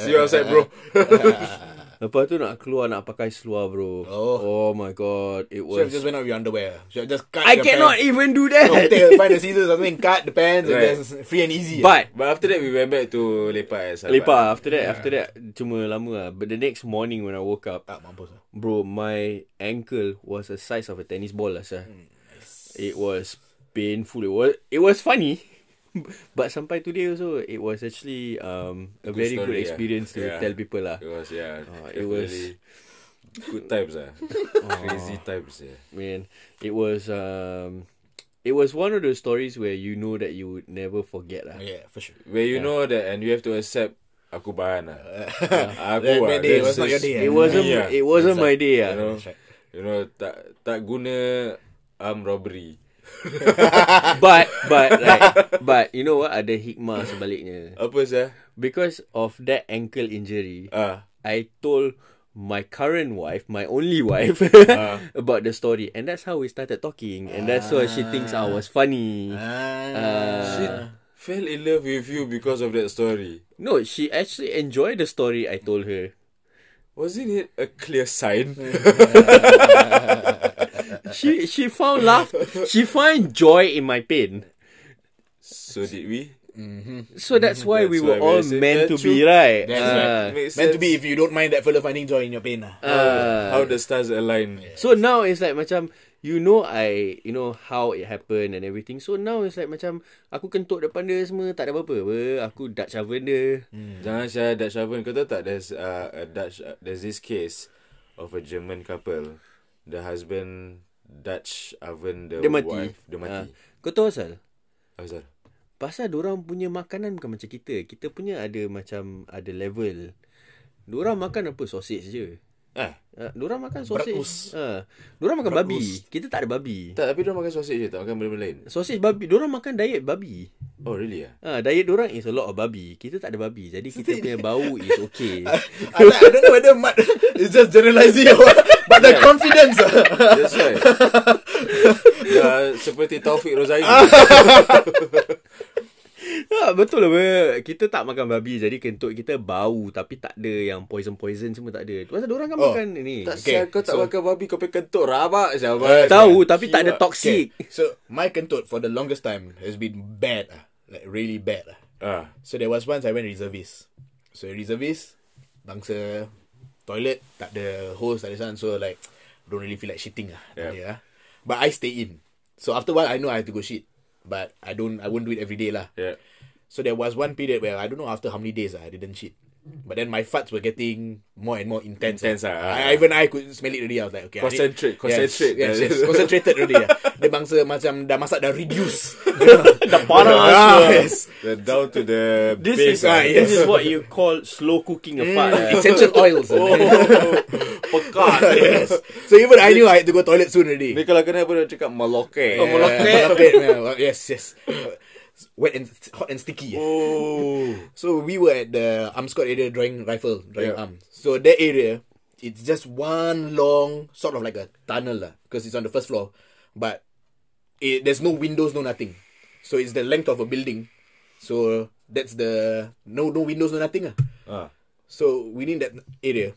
See you outside, bro. Lepas tu nak keluar Nak pakai seluar bro Oh, Oh. my god It Should have was just went out with your underwear. Should have just cut I your cannot pants. even do Oh, that take- find the scissors or something, cut the pants, Right. and then free and easy. But But after that, we went back to Lepak. eh, Sahabat. Lepak after that after that cuma lama lah. But the next morning when I woke up, tak mampus lah. bro, my ankle was the size of a tennis ball lah sah. Mm, It was painful. It was it was funny. But sampai today also it was actually um a very story, good yeah. experience to Yeah. tell people lah. It was, yeah. Ah, it was- definitely Good times, ah. Crazy times, yeah. Man, it was um it was one of those stories where you know that you would never forget lah. Yeah, for sure. Where you know that and you have to accept, aku bahan lah. Uh, aku Ah, That- that day this was not your is- day, eh? It wasn't Yeah. it wasn't my day You ah. know, That's right. you know tak tak guna arm robbery. Ah, But but like but you know what ada hikmah sebaliknya. Apa sah? Because of that ankle injury, Ah, I told my current wife, my only wife, about the story, and that's how we started talking, and that's why she thinks I was funny. Ah. she fell in love with you because of that story. No, she actually enjoyed the story I told her. Wasn't it a clear sign? She she found laugh, she found joy in my pain. so did we? So that's why we That's why we were all say meant to that's true. be, right? That's Ah. right. Meant to be if you don't mind that fella finding joy in your pain lah. Uh. Ah. How the stars align. So now it's like macam you know I you know how it happened and everything. So now it's like macam aku kentut depan dia semua tak ada apa-apa. apa. Aku Dutch oven dia. Jangan share Dutch oven. Kau tahu tak there's uh, a Dutch uh, there's this case of a German couple. The husband Dutch oven the Dia mati. wife dia mati. Ah. Ah. Kau tahu asal? Azhar. Pasal orang punya makanan bukan macam kita. Kita punya ada macam ada level. Diorang makan apa sausage je. Ah, Uh, diorang makan sausage. Bratwurst. Uh, diorang makan babi. Kita tak ada babi. tak tapi dia makan sausage je, tak makan benda lain. Sausage babi, diorang makan diet babi. Oh really ah? Ah, diet diorang is a lot of babi. Kita tak ada babi. Jadi kita punya bau is okay. I, I don't know whether Mat is just generalizing or what, but the confidence. ah. That's right. Ya, seperti Taufik Rozaini. Ha, betul lah ber. Kita tak makan babi Jadi kentut kita bau Tapi tak ada yang poison-poison semua tak ada Pasal diorang kan oh, Oh, makan ni tak tak, okay, Eh, Okay, kau tak so- makan babi kau pakai kentut rabak siapa. Tahu tapi tak ada toxic Okay, so my kentut for the longest time has been bad, ah, like really bad. ah. Uh. Ah, So there was once I went reservist. So reservist, bangsa toilet tak ada hose tak ada sun. So like don't really feel like shitting ah. Yeah. Yeah. But I stay in. So after a while I know I have to go shit. But I don't I won't do it every day lah. yeah. So there was one period where I don't know after how many days ah, I didn't shit. But then my farts were getting more and more intense. Intense, ah. ah, ah. I, even I could smell it already. I was like, okay. I need- Concentrate, concentrate. eh. Yes, yes, yes. Concentrated already. ah. Dia bangsa macam dah masak dah reduce. The parah ah, semua. yes. The down to the This base. Mm. is ah, ah, yes. this is what you call slow cooking a eh. fart. Essential oils. Oh. ah. Pekat. yes. So even I knew I had to go toilet soon already. Ni kalau kena boleh cakap meloke. Yeah, Malacca, yeah, well, yes, yes. Wet and hot and sticky. Oh. So we were at the Amscot area drawing rifle, drawing Yeah. arm. So that area, it's just one long sort of like a tunnel lah, because it's on the first floor, but it, there's no windows, no nothing. So it's the length of a building. So that's the no no windows, no nothing. Ah. Ah. So within that area,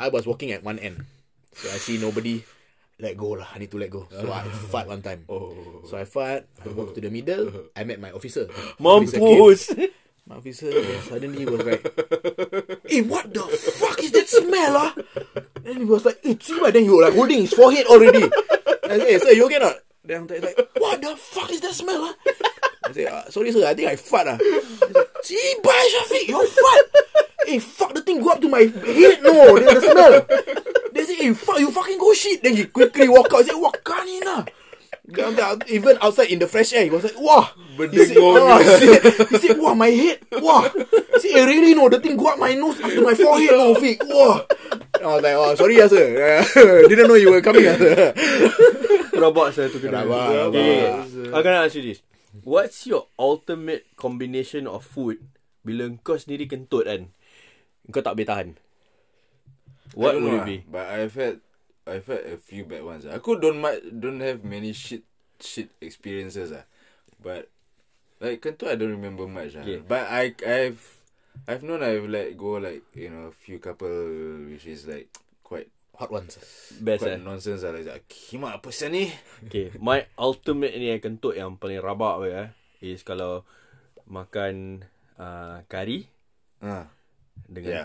I was walking at one end. So I see nobody. Let go lah. I need to let go. So I fart one time. Oh. So I fart. I walk to the middle. I met my officer. Officer came. Mampus. My officer suddenly was like, "Hey, what the fuck is that smell, ah?" Then he was like, "Hey, Chima." Then he was like holding his forehead already. I said, "Hey, sir, you okay not?" Then after that, he's like, "What the fuck is that smell, ah?" I said, uh, "Sorry, sir, I think I fart, ah." Chiba, Shafiq, you fart. Hey, fuck, the thing go up to my head, no, the, the smell. They say, "Hey, fuck, you fucking go shit." Then he quickly walk out. I said, "What kanina?" Then after that, even outside in the fresh air, he was like, "Wah." He said, Berdengong. Oh, "Wah," he said, he said, wow, my head, wow. He said, eh, really, no, the thing go up my nose, up to my forehead, no, Fik, wow. I was like, oh, sorry, yes, sir. Didn't know you were coming, yes, sir. Rabak saya tu kena. Rabak, Okay, okay, rabak. okay. I'm gonna ask you this. What's your ultimate combination of food bila kau sendiri kentut kan? Kau tak boleh tahan. I What don't would know it be? lah, But I've had I've had a few bad ones. ah. Aku don't much, don't have many shit shit experiences ah. But like kentut I don't remember much ah. Yeah. But I I've I've known I've let go like you know a few couple which is like quite Hot ones. Best quite eh. nonsense ah. Like Kima apa sih ni? Okay, my ultimate ni yang kentut yang paling rabak weh eh is kalau makan uh, kari Ah, dengan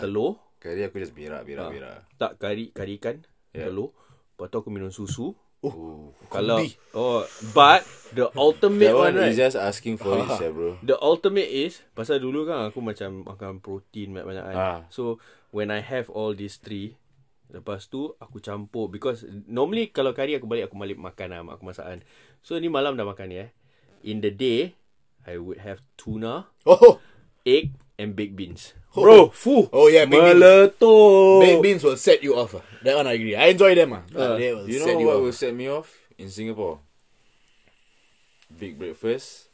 Yeah. yeah. telur, kali aku just berak berak Ah. berak. tak kari kari ikan, Yeah. yeah. telur. Lepas tu aku minum susu. Oh, Kalau oh, but the that ultimate one one, right? is just asking for it, yeah, bro. The ultimate is Pasal dulu kan aku macam Makan protein banyak-banyak kan Ah. So When I have all these three Lepas tu Aku campur Because Normally kalau kari aku balik Aku balik makan lah mak Aku masak kan So ni malam dah makan ni eh In the day I would have tuna Oh, Egg And baked beans Oh. Bro Fuh oh yeah, baked beans. Meletup Baked beans will set you off. ah. That one I agree. I enjoy them. ah. Uh, they will You know set you what off. will set me off in Singapore? Big breakfast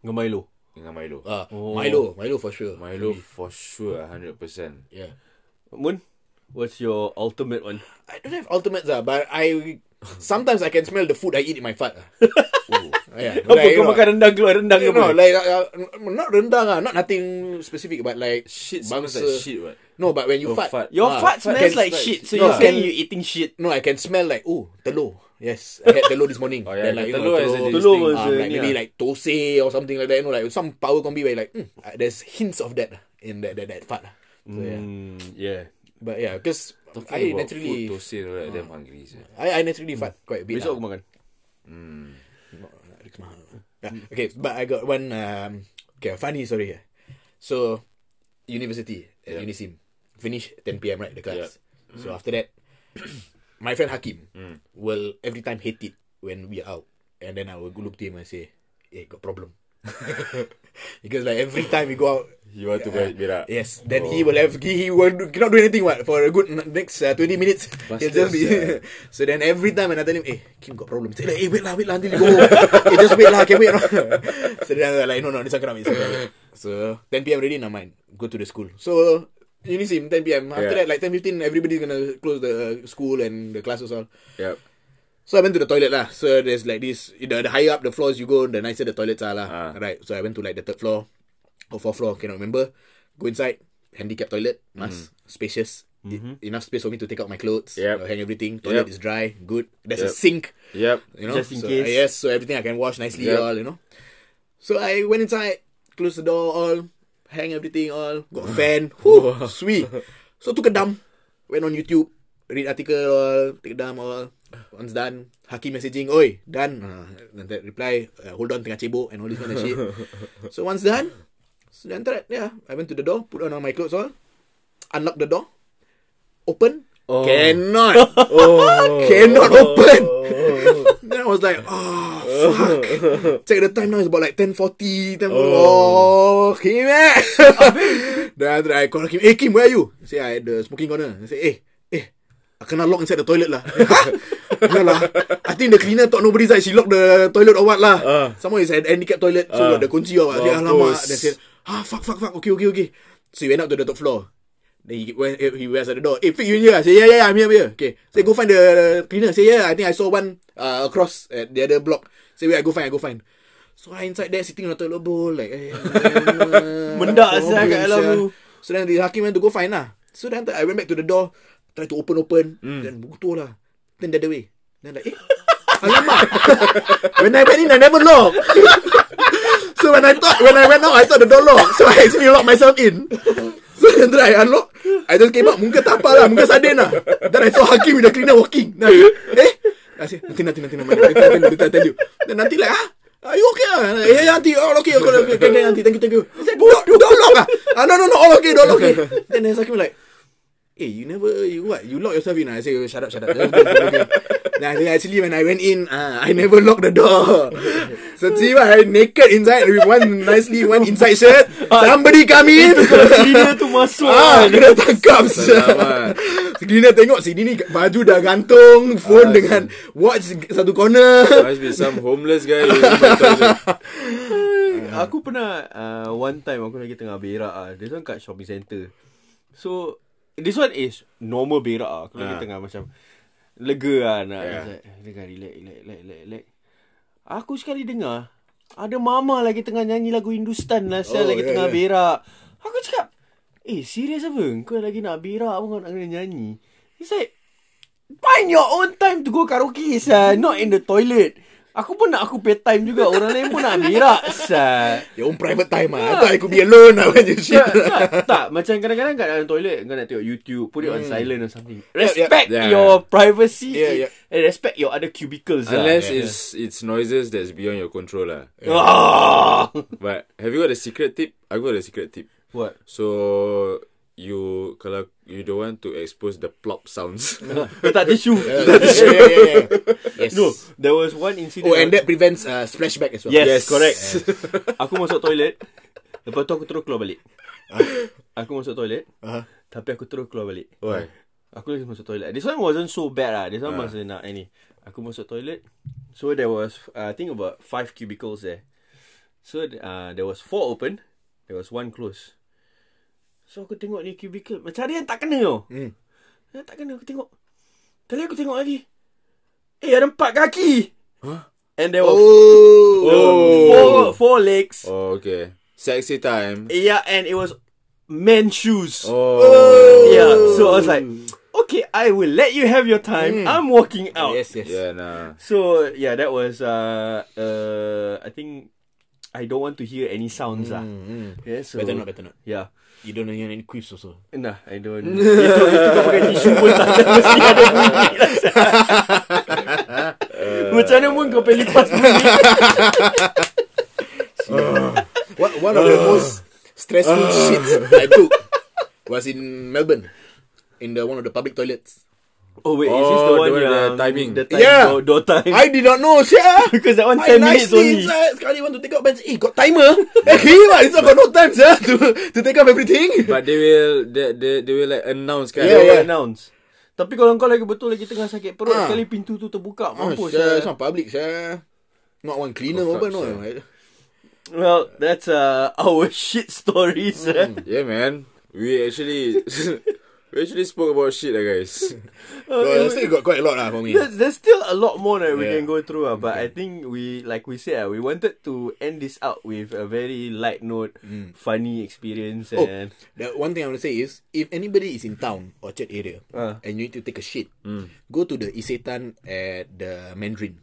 Dengan Milo dengan Milo. Ah, Oh. Milo, Milo for sure. Milo for sure, hundred percent. Yeah. Moon What's your ultimate one? I don't have ultimates, ah, but I sometimes I can smell the food I eat in my fart. ah. yeah. Apa Like, kau you know, makan rendang keluar rendang ke You apa? know, like uh, uh, not rendang ah, not nothing specific, but like Shit smells like bangsa- shit, right? No, but when Oh, you fart, fart. Your ah, fart smells can- like like shit So no, you're saying can- you eating shit No, I can smell like oh telur. Yes, I had telur this morning. Oh, yeah, Then, like, you telur know, is a telur, distinct- Telur was Ah, a like ni maybe ah. like thosai or something like that. You know, like some power combi where like mm, uh, there's hints of that in that that, that fart. lah. So, yeah. Mm, yeah. But yeah, because Talking I about naturally, food, toasted, right? Damn hungry. sia. I, I naturally fart quite a bit. Besok lah. aku makan. Yeah. Ya, Okay, but I got one. Um, okay, funny story here. So, university at Yeah. Unisim, finish 10 p.m. right the class. So after that, my friend Hakim will every time hate it when we are out, and then I will go look to him and say, "Hey, got problem." because like every time we go out, You want to buy berak? yes, then he will have he, he will do- cannot do anything what for a good n- next uh, 20 minutes. He'll just be Bastards, so then every time when I tell him, hey, Kim got problem. He's like, hey, wait lah, wait lah until you go. hey, just wait lah, can wait. or not?" so then I'm like, no, no, this one cannot wait. this one cannot wait." So 10 p.m. already, never mind. Go to the school. So you need him 10 p.m. After Yeah. that, like 10:15, everybody's gonna close the uh, school and the classes all. Yep. So I went to the toilet lah. So there's like this. The, the higher up the floors you go, the nicer the toilets are lah. Ah. Right. So I went to like the third floor or fourth floor. Cannot remember. Go inside. Handicap toilet. Nice, spacious. E- enough space for me to take out my clothes. Mm. Mm-hmm. Yep. Hang everything. Toilet Yep. is dry. Good. There's Yep. a sink. Yep. You know. Just in so, case. Yes. So everything I can wash nicely. Yep. All you know. So I went inside. Closed the door. All. Hang everything. All. Got fan. Whew, sweet. So took a dump. Went on YouTube. Read article. All. Take a dump. All. Once done, Haki messaging, Oi, Ah, done. Uh, then that reply, uh, hold on, tengah cebok and all this kind of shit. so once done, So then after that, yeah, I went to the door, put on all my clothes all, unlock the door, open. Oh. Cannot. Oh. Cannot open. then I was like, oh, fuck. Check the time now, it's about like 10.40, 10.40. Oh, Kim eh. then after that, I call Kim, hey Kim, where are you? He say, I at the smoking corner. I say, hey, hey. I kena lock inside the toilet lah. no lah. I think the cleaner thought nobody's like she locked the toilet or what lah. Ah. Someone is at handicap toilet, so Ah. got the kunci or what. Of Dia alamak. course. Then say, ah fuck fuck fuck. Okay okay okay. So he went up to the top floor. Then he went, eh, he went at the door. Hey, Fik, you in here? I say, yeah, yeah, yeah, I'm here, I'm here. Okay. Say, go find the cleaner. Say, yeah, I think I saw one uh, across at the other block. Say, wait, I go find, I go find. So I inside there sitting on the toilet bowl like eh, Mendak problem sia kat dalam sia. tu. So then the hakim went to go find lah. So then I went back to the door, try to open open, then butuh lah. Then the other way. Then like eh, alamak. when I went in, I never lock. so when I thought when I went out, I thought the door locked. So I actually locked myself in. So then after I unlock, I just came out. Muka tapar lah, muka sardin lah. Then I saw Hakim with the cleaner walking. Then I, eh? I say, nanti, nanti, nanti, nanti, nanti, nanti, nanti, I tell you. Then nanti like, ah, Are you okay? Ah? Yeah, yeah, auntie. All okay. Okay, okay, okay, okay, auntie. Thank you, thank you. I said, don't, don't lock ah. ah. No, no, no. All okay, all okay. Then there's Hakim like, eh, you never, you what? You lock yourself in. ah?" I say, shut up, shut up. Okay. Then I say, actually, when I went in, uh, I never locked the door. So see what I naked inside with one nicely one inside shirt. Somebody come in. Cleaner tu masuk. Ah, kena tangkap Selamat. Si Dina tengok si Dini baju dah gantung, phone dengan watch satu corner. Must be some homeless guy using my toilet. Aku pernah uh, One time aku lagi tengah berak ah. This one kat shopping center So This one is Normal berak ah. Aku lagi Ah. tengah macam Lega lah nak Yeah. yeah. Dengar relax relax relax relax relax Aku sekali dengar Ada mama lagi tengah nyanyi lagu Hindustan lah Saya Oh, lagi yeah, tengah yeah. berak Aku cakap Eh serius apa Kau lagi nak berak Apa kau nak kena nyanyi He's like Find your own time to go karaoke sah. Not in the toilet Aku pun nak aku pay time juga Orang lain pun nak berak sah. Your own private time ah. I thought I could be alone ah when you shit. tak, tak, Kan, tak. Macam kadang-kadang kat dalam toilet kau nak tengok YouTube, put it on Hmm. silent or something. Respect yeah. your privacy. Yeah, yeah. And respect your other cubicles. lah. Unless it's it's noises that's beyond your control lah. Ah! But have you got a secret tip? I got a secret tip. What? So you kalau you don't want to expose the plop sounds. tak tisu. yeah, yeah, yeah, yeah. Yes. No, there was one incident. Oh, and that prevents uh, splashback as well. Yes, yes. correct. aku masuk toilet. Lepas tu aku terus keluar balik. aku masuk toilet. Ah. Uh-huh. Tapi aku terus keluar balik. Why? Aku lagi masuk toilet. This one wasn't so bad lah. This one masa nak ini. Aku masuk toilet. So there was, uh, I think about five cubicles there. So uh, there was four open. There was one close. So aku tengok ni cubicle. Macam ada yang tak kena tau. Hmm. Yang tak kena aku tengok. Kali aku tengok lagi. Eh ada empat kaki. Huh? And there were Oh. four, four legs. Oh okay. Sexy time. Yeah and it was men shoes. Oh. Yeah. So I was like, okay, I will let you have your time. I'm walking out. Yes, yes. Yeah nah. So yeah, that was uh uh I think I don't want to hear any sounds lah. Yeah, so Mm-hmm. Better not, better not. Yeah. You don't hear any quips also. Nah, I don't. itu, itu kau pakai tisu pun tak ada mesti ada bunyi lah. Macam mana pun kau pakai lipas bunyi. What, one of the Uh. most stressful shits I took was in Melbourne. In the one of the public toilets. Oh wait, is this Oh, the the one one yang the timing. The time, Yeah. door, door time. I did not know, yeah. Because that one I 10 minutes nicely only. inside sekali want to take out bench. Eh, got timer? eh, he what? It's not got no time, sir, to, to take up everything. But they will they they, they will like announce kan. They Yeah, will yeah. announce. Tapi kalau kau lagi betul lagi tengah sakit perut Ah. sekali pintu tu terbuka Oh, mampus. eh. sir, lah. it's not public, sir. Not one cleaner, Oh, open, fuck, no. sir. Well, that's uh, our shit stories. eh. Mm. Yeah man. We actually we actually spoke about shit lah guys. Well, still got quite a lot lah for me. Uh, There's, there's still a lot more that we Yeah. can go through, uh, but I think we, like we said, uh, we wanted to end this out with a very light note, funny experience, Mm. Oh. and The one thing I want to say is, if anybody is in town or church area Ah. Hmm. and you need to take a shit, go to the Isetan at the Mandarin.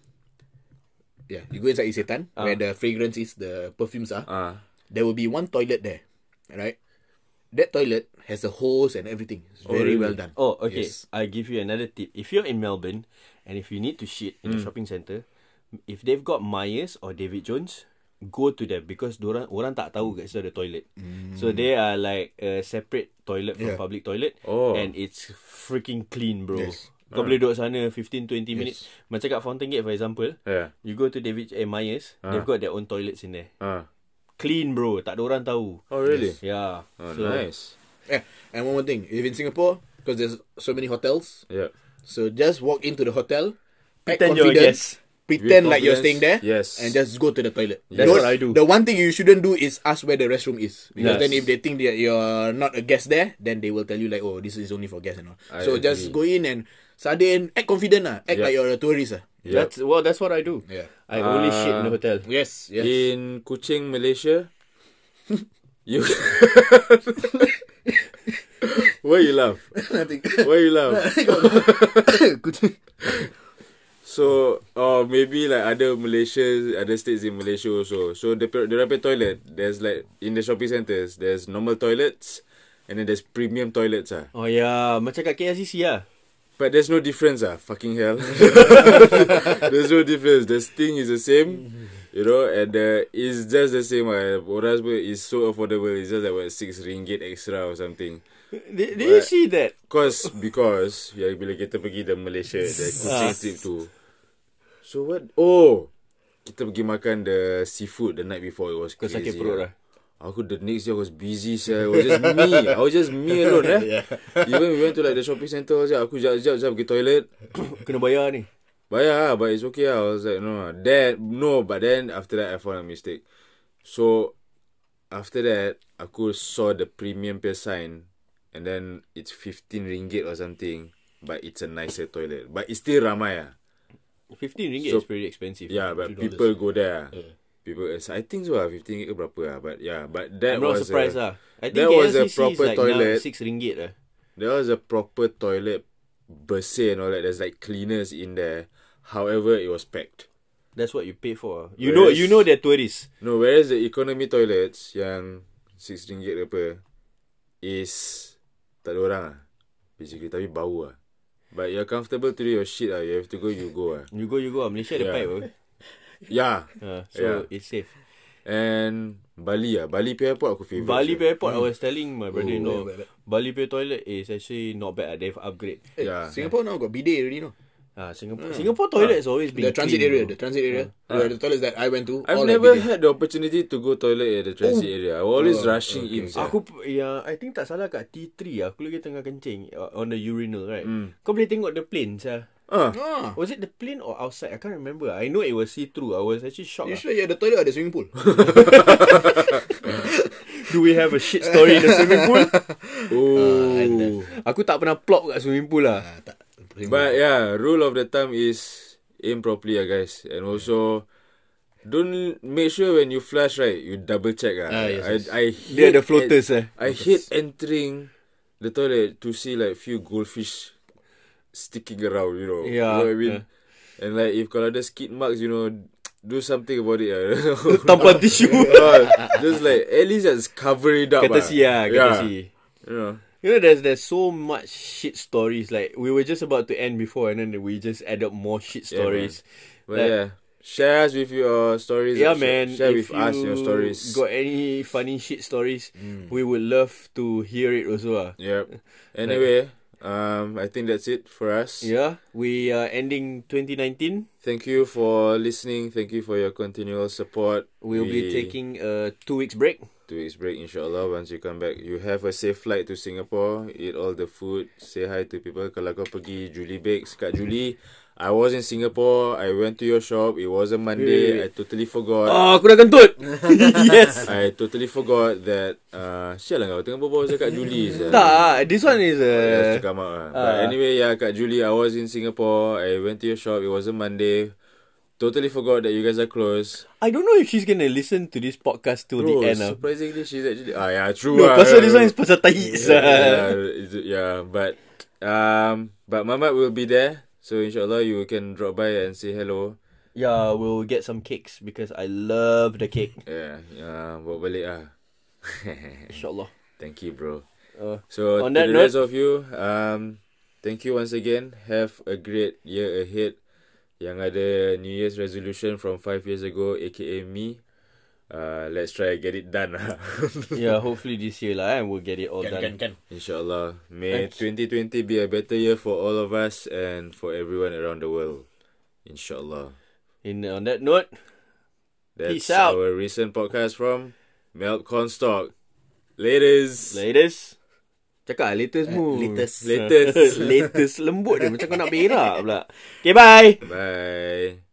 Yeah, you go inside Isetan Ah. where the fragrance is, the perfumes are. Ah. There will be one toilet there, right? That toilet has a hose and everything. It's very well done. oh, okay. Yes. I'll give you another tip. If you're in Melbourne Hmm. and if you need to shit in a shopping center, if they've got Myers or David Jones, go to them because orang orang tak tahu kat situ ada toilet. Hmm. Mm. So they are like a separate toilet from Yeah. public toilet Oh. and it's freaking clean bro. Yes. Kau boleh duduk sana 15 20 minutes. Macam kat Fountain Gate for example, Yeah. you go to David A. Myers, they've got their own toilets in there. Ah. Clean bro, tak ada orang tahu. Oh really? Yeah. Oh, nice. Yeah. And one more thing, if in Singapore, because there's so many hotels, Yeah. so just walk into the hotel, act Pretend you're a confident, guest. pretend With like you're staying confidence, there, yes. and just go to the toilet. That's Don't- what I do. The one thing you shouldn't do is ask where the restroom is, Yes. because then if they think that you're not a guest there, then they will tell you like, oh, this is only for guests and all. I so just agree. go in and sudden act confident lah, act Yeah. like you're a tourist lah. Yeah. That's well that's what I do. Yeah. I only Ah. shit in the hotel. Yes. Yes. In Kuching, Malaysia, you. Why you laugh? Nothing. Why you laugh? So, or maybe like other Malaysia, other states in Malaysia also. So the the rapid toilet, there's like in the shopping centers, there's normal toilets, and then there's premium toilets ah. Oh yeah, macam kat KLCC lah. But there's no difference ah, fucking hell. there's no difference. The thing is the same, you know, and uh, it's just the same ah. Orang semua is so affordable. It's just like what six ringgit extra or something. Did, did you But- see that? Cause because ya bila kita pergi the Malaysia the Ah. Kuching trip tu. So what? Oh, kita pergi makan the seafood the night before it was Kau crazy. sakit perut ah. lah. Aku the next day I was busy saya. It was just me. I was just me alone eh. Even we went to like the shopping centre saya aku jap-jap jap pergi toilet. Kena bayar ni. Bayar lah But it's okay lah I was like no lah. That No but then After that I found a mistake So After that Aku saw the premium punya sign And then It's 15 ringgit or something But it's a nicer toilet But it's still ramai lah 15 ringgit So- is pretty expensive. Yeah but $2. people go there yeah. People I think so lah 15 ringgit ke berapa lah But yeah But that I'm not was surprised a, ah. lah. I think that KLCC was a proper is like toilet. now 6 ringgit lah. There was a proper toilet Bersih and all that There's like cleaners in there However it was packed That's what you pay for. You know Yes. you know they're tourists. No, whereas the economy toilets yang RM6 ke apa is tak ada orang lah. Basically, tapi bau lah. But you're comfortable to do your shit lah. You have to go, you go lah. You go you go. Malaysia ada Yeah. pipe. apa. Yeah. Uh, so Yeah. it's safe. And Bali lah. Bali Pier Airport aku favourite. Bali Pier Pier Airport, I was telling my Oh. brother-in-law, bad, bad, Bali Pier toilet is actually not bad. ah. They've upgrade. Yeah. Singapore now got bidet already, no? Ah, Singapore, Singapore toilet has always been The transit clean, area, bro. the transit area, where the toilets that I went to. I've all have never bidet. had the opportunity to go toilet at the transit area. I'm always rushing in. sia. Aku p- ya I think tak salah kat T3 aku lagi tengah kencing uh, on the urinal right. Mm. Kau boleh tengok the plane sah. Ah, Ah, Was it the plane or outside? I can't remember. I know it was see through. I was actually shocked. you ah. sure you had the toilet or the swimming pool? Do we have a shit story in the swimming pool? oh. aku tak pernah plop kat swimming pool lah. Ah, tak. Swimming But yeah, rule of the thumb is aim properly, ah guys. And also, don't make sure when you flush right, you double check. Ah, Ah, yes, I, yes. I hate Dia ada floaters eh. I hate entering the toilet to see like few goldfish sticking around. You know, Yeah, you know what I mean. yeah. And like if kalau ada skid marks, you know, do something about it. ah. Tanpa tisu. Ah, just like at least just cover it up. Kata ah. si lah, kata si. You know. You know, there's there's so much shit stories. Like we were just about to end before, and then we just add up more shit Yeah, man. stories. But Like- yeah, share us with your stories. Yeah, Sh- man. Share if with us your you stories. Mm. Got any funny shit stories? We would love to hear it also. ah. Yep. Anyway, um, I think that's it for us. Yeah, we are ending 2019. Thank you for listening. Thank you for your continual support. We'll be We- taking a two weeks break. two weeks break, inshallah. Once you come back, you have a safe flight to Singapore. Eat all the food. Say hi to people. Kalau kau pergi Julie Bakes kat Julie, I was in Singapore. I went to your shop. It was a Monday. I totally forgot. Ah, aku dah kentut. yes. I totally forgot that. Uh, sial lah kau tengah berbual pasal kat Julie. sia. Tak, this one is uh, a. It has to come out lah. But Eh, ah. anyway, yeah, Kak Julie, I was in Singapore. I went to your shop. It was a Monday. Totally forgot that you guys are closed. I don't know if she's gonna listen to this podcast till Bro, the end. ah. surprisingly, she's actually... Ah, yeah, true. No, ah. pasal this one is pasal tahi. Yeah, yeah, Yeah. it's- yeah, but... Um, but Mamat will be there. So, inshallah, you can drop by and say hello. yeah, we'll get some cakes because I love the cake. Yeah, yeah, buat balik ah. Inshallah. Thank you, bro. Uh, So On to that the note- rest of you, um, thank you once again. Have a great year ahead. Yang ada New Year's resolution from five years ago, aka me. uh, let's try and get it done. lah. yeah, hopefully this year lah, eh, we'll get it all Can, done. can, can. Inshallah, may 2020 be a better year for all of us and for everyone around the world. Inshallah. In on that note, That's Peace out. our recent podcast from Mel Constock. Ladies. latest. Cakap lah, latest mu. Eh, É, Latest. Latest. latest lembut dia macam kau nak berak pula. Okay, bye. Bye.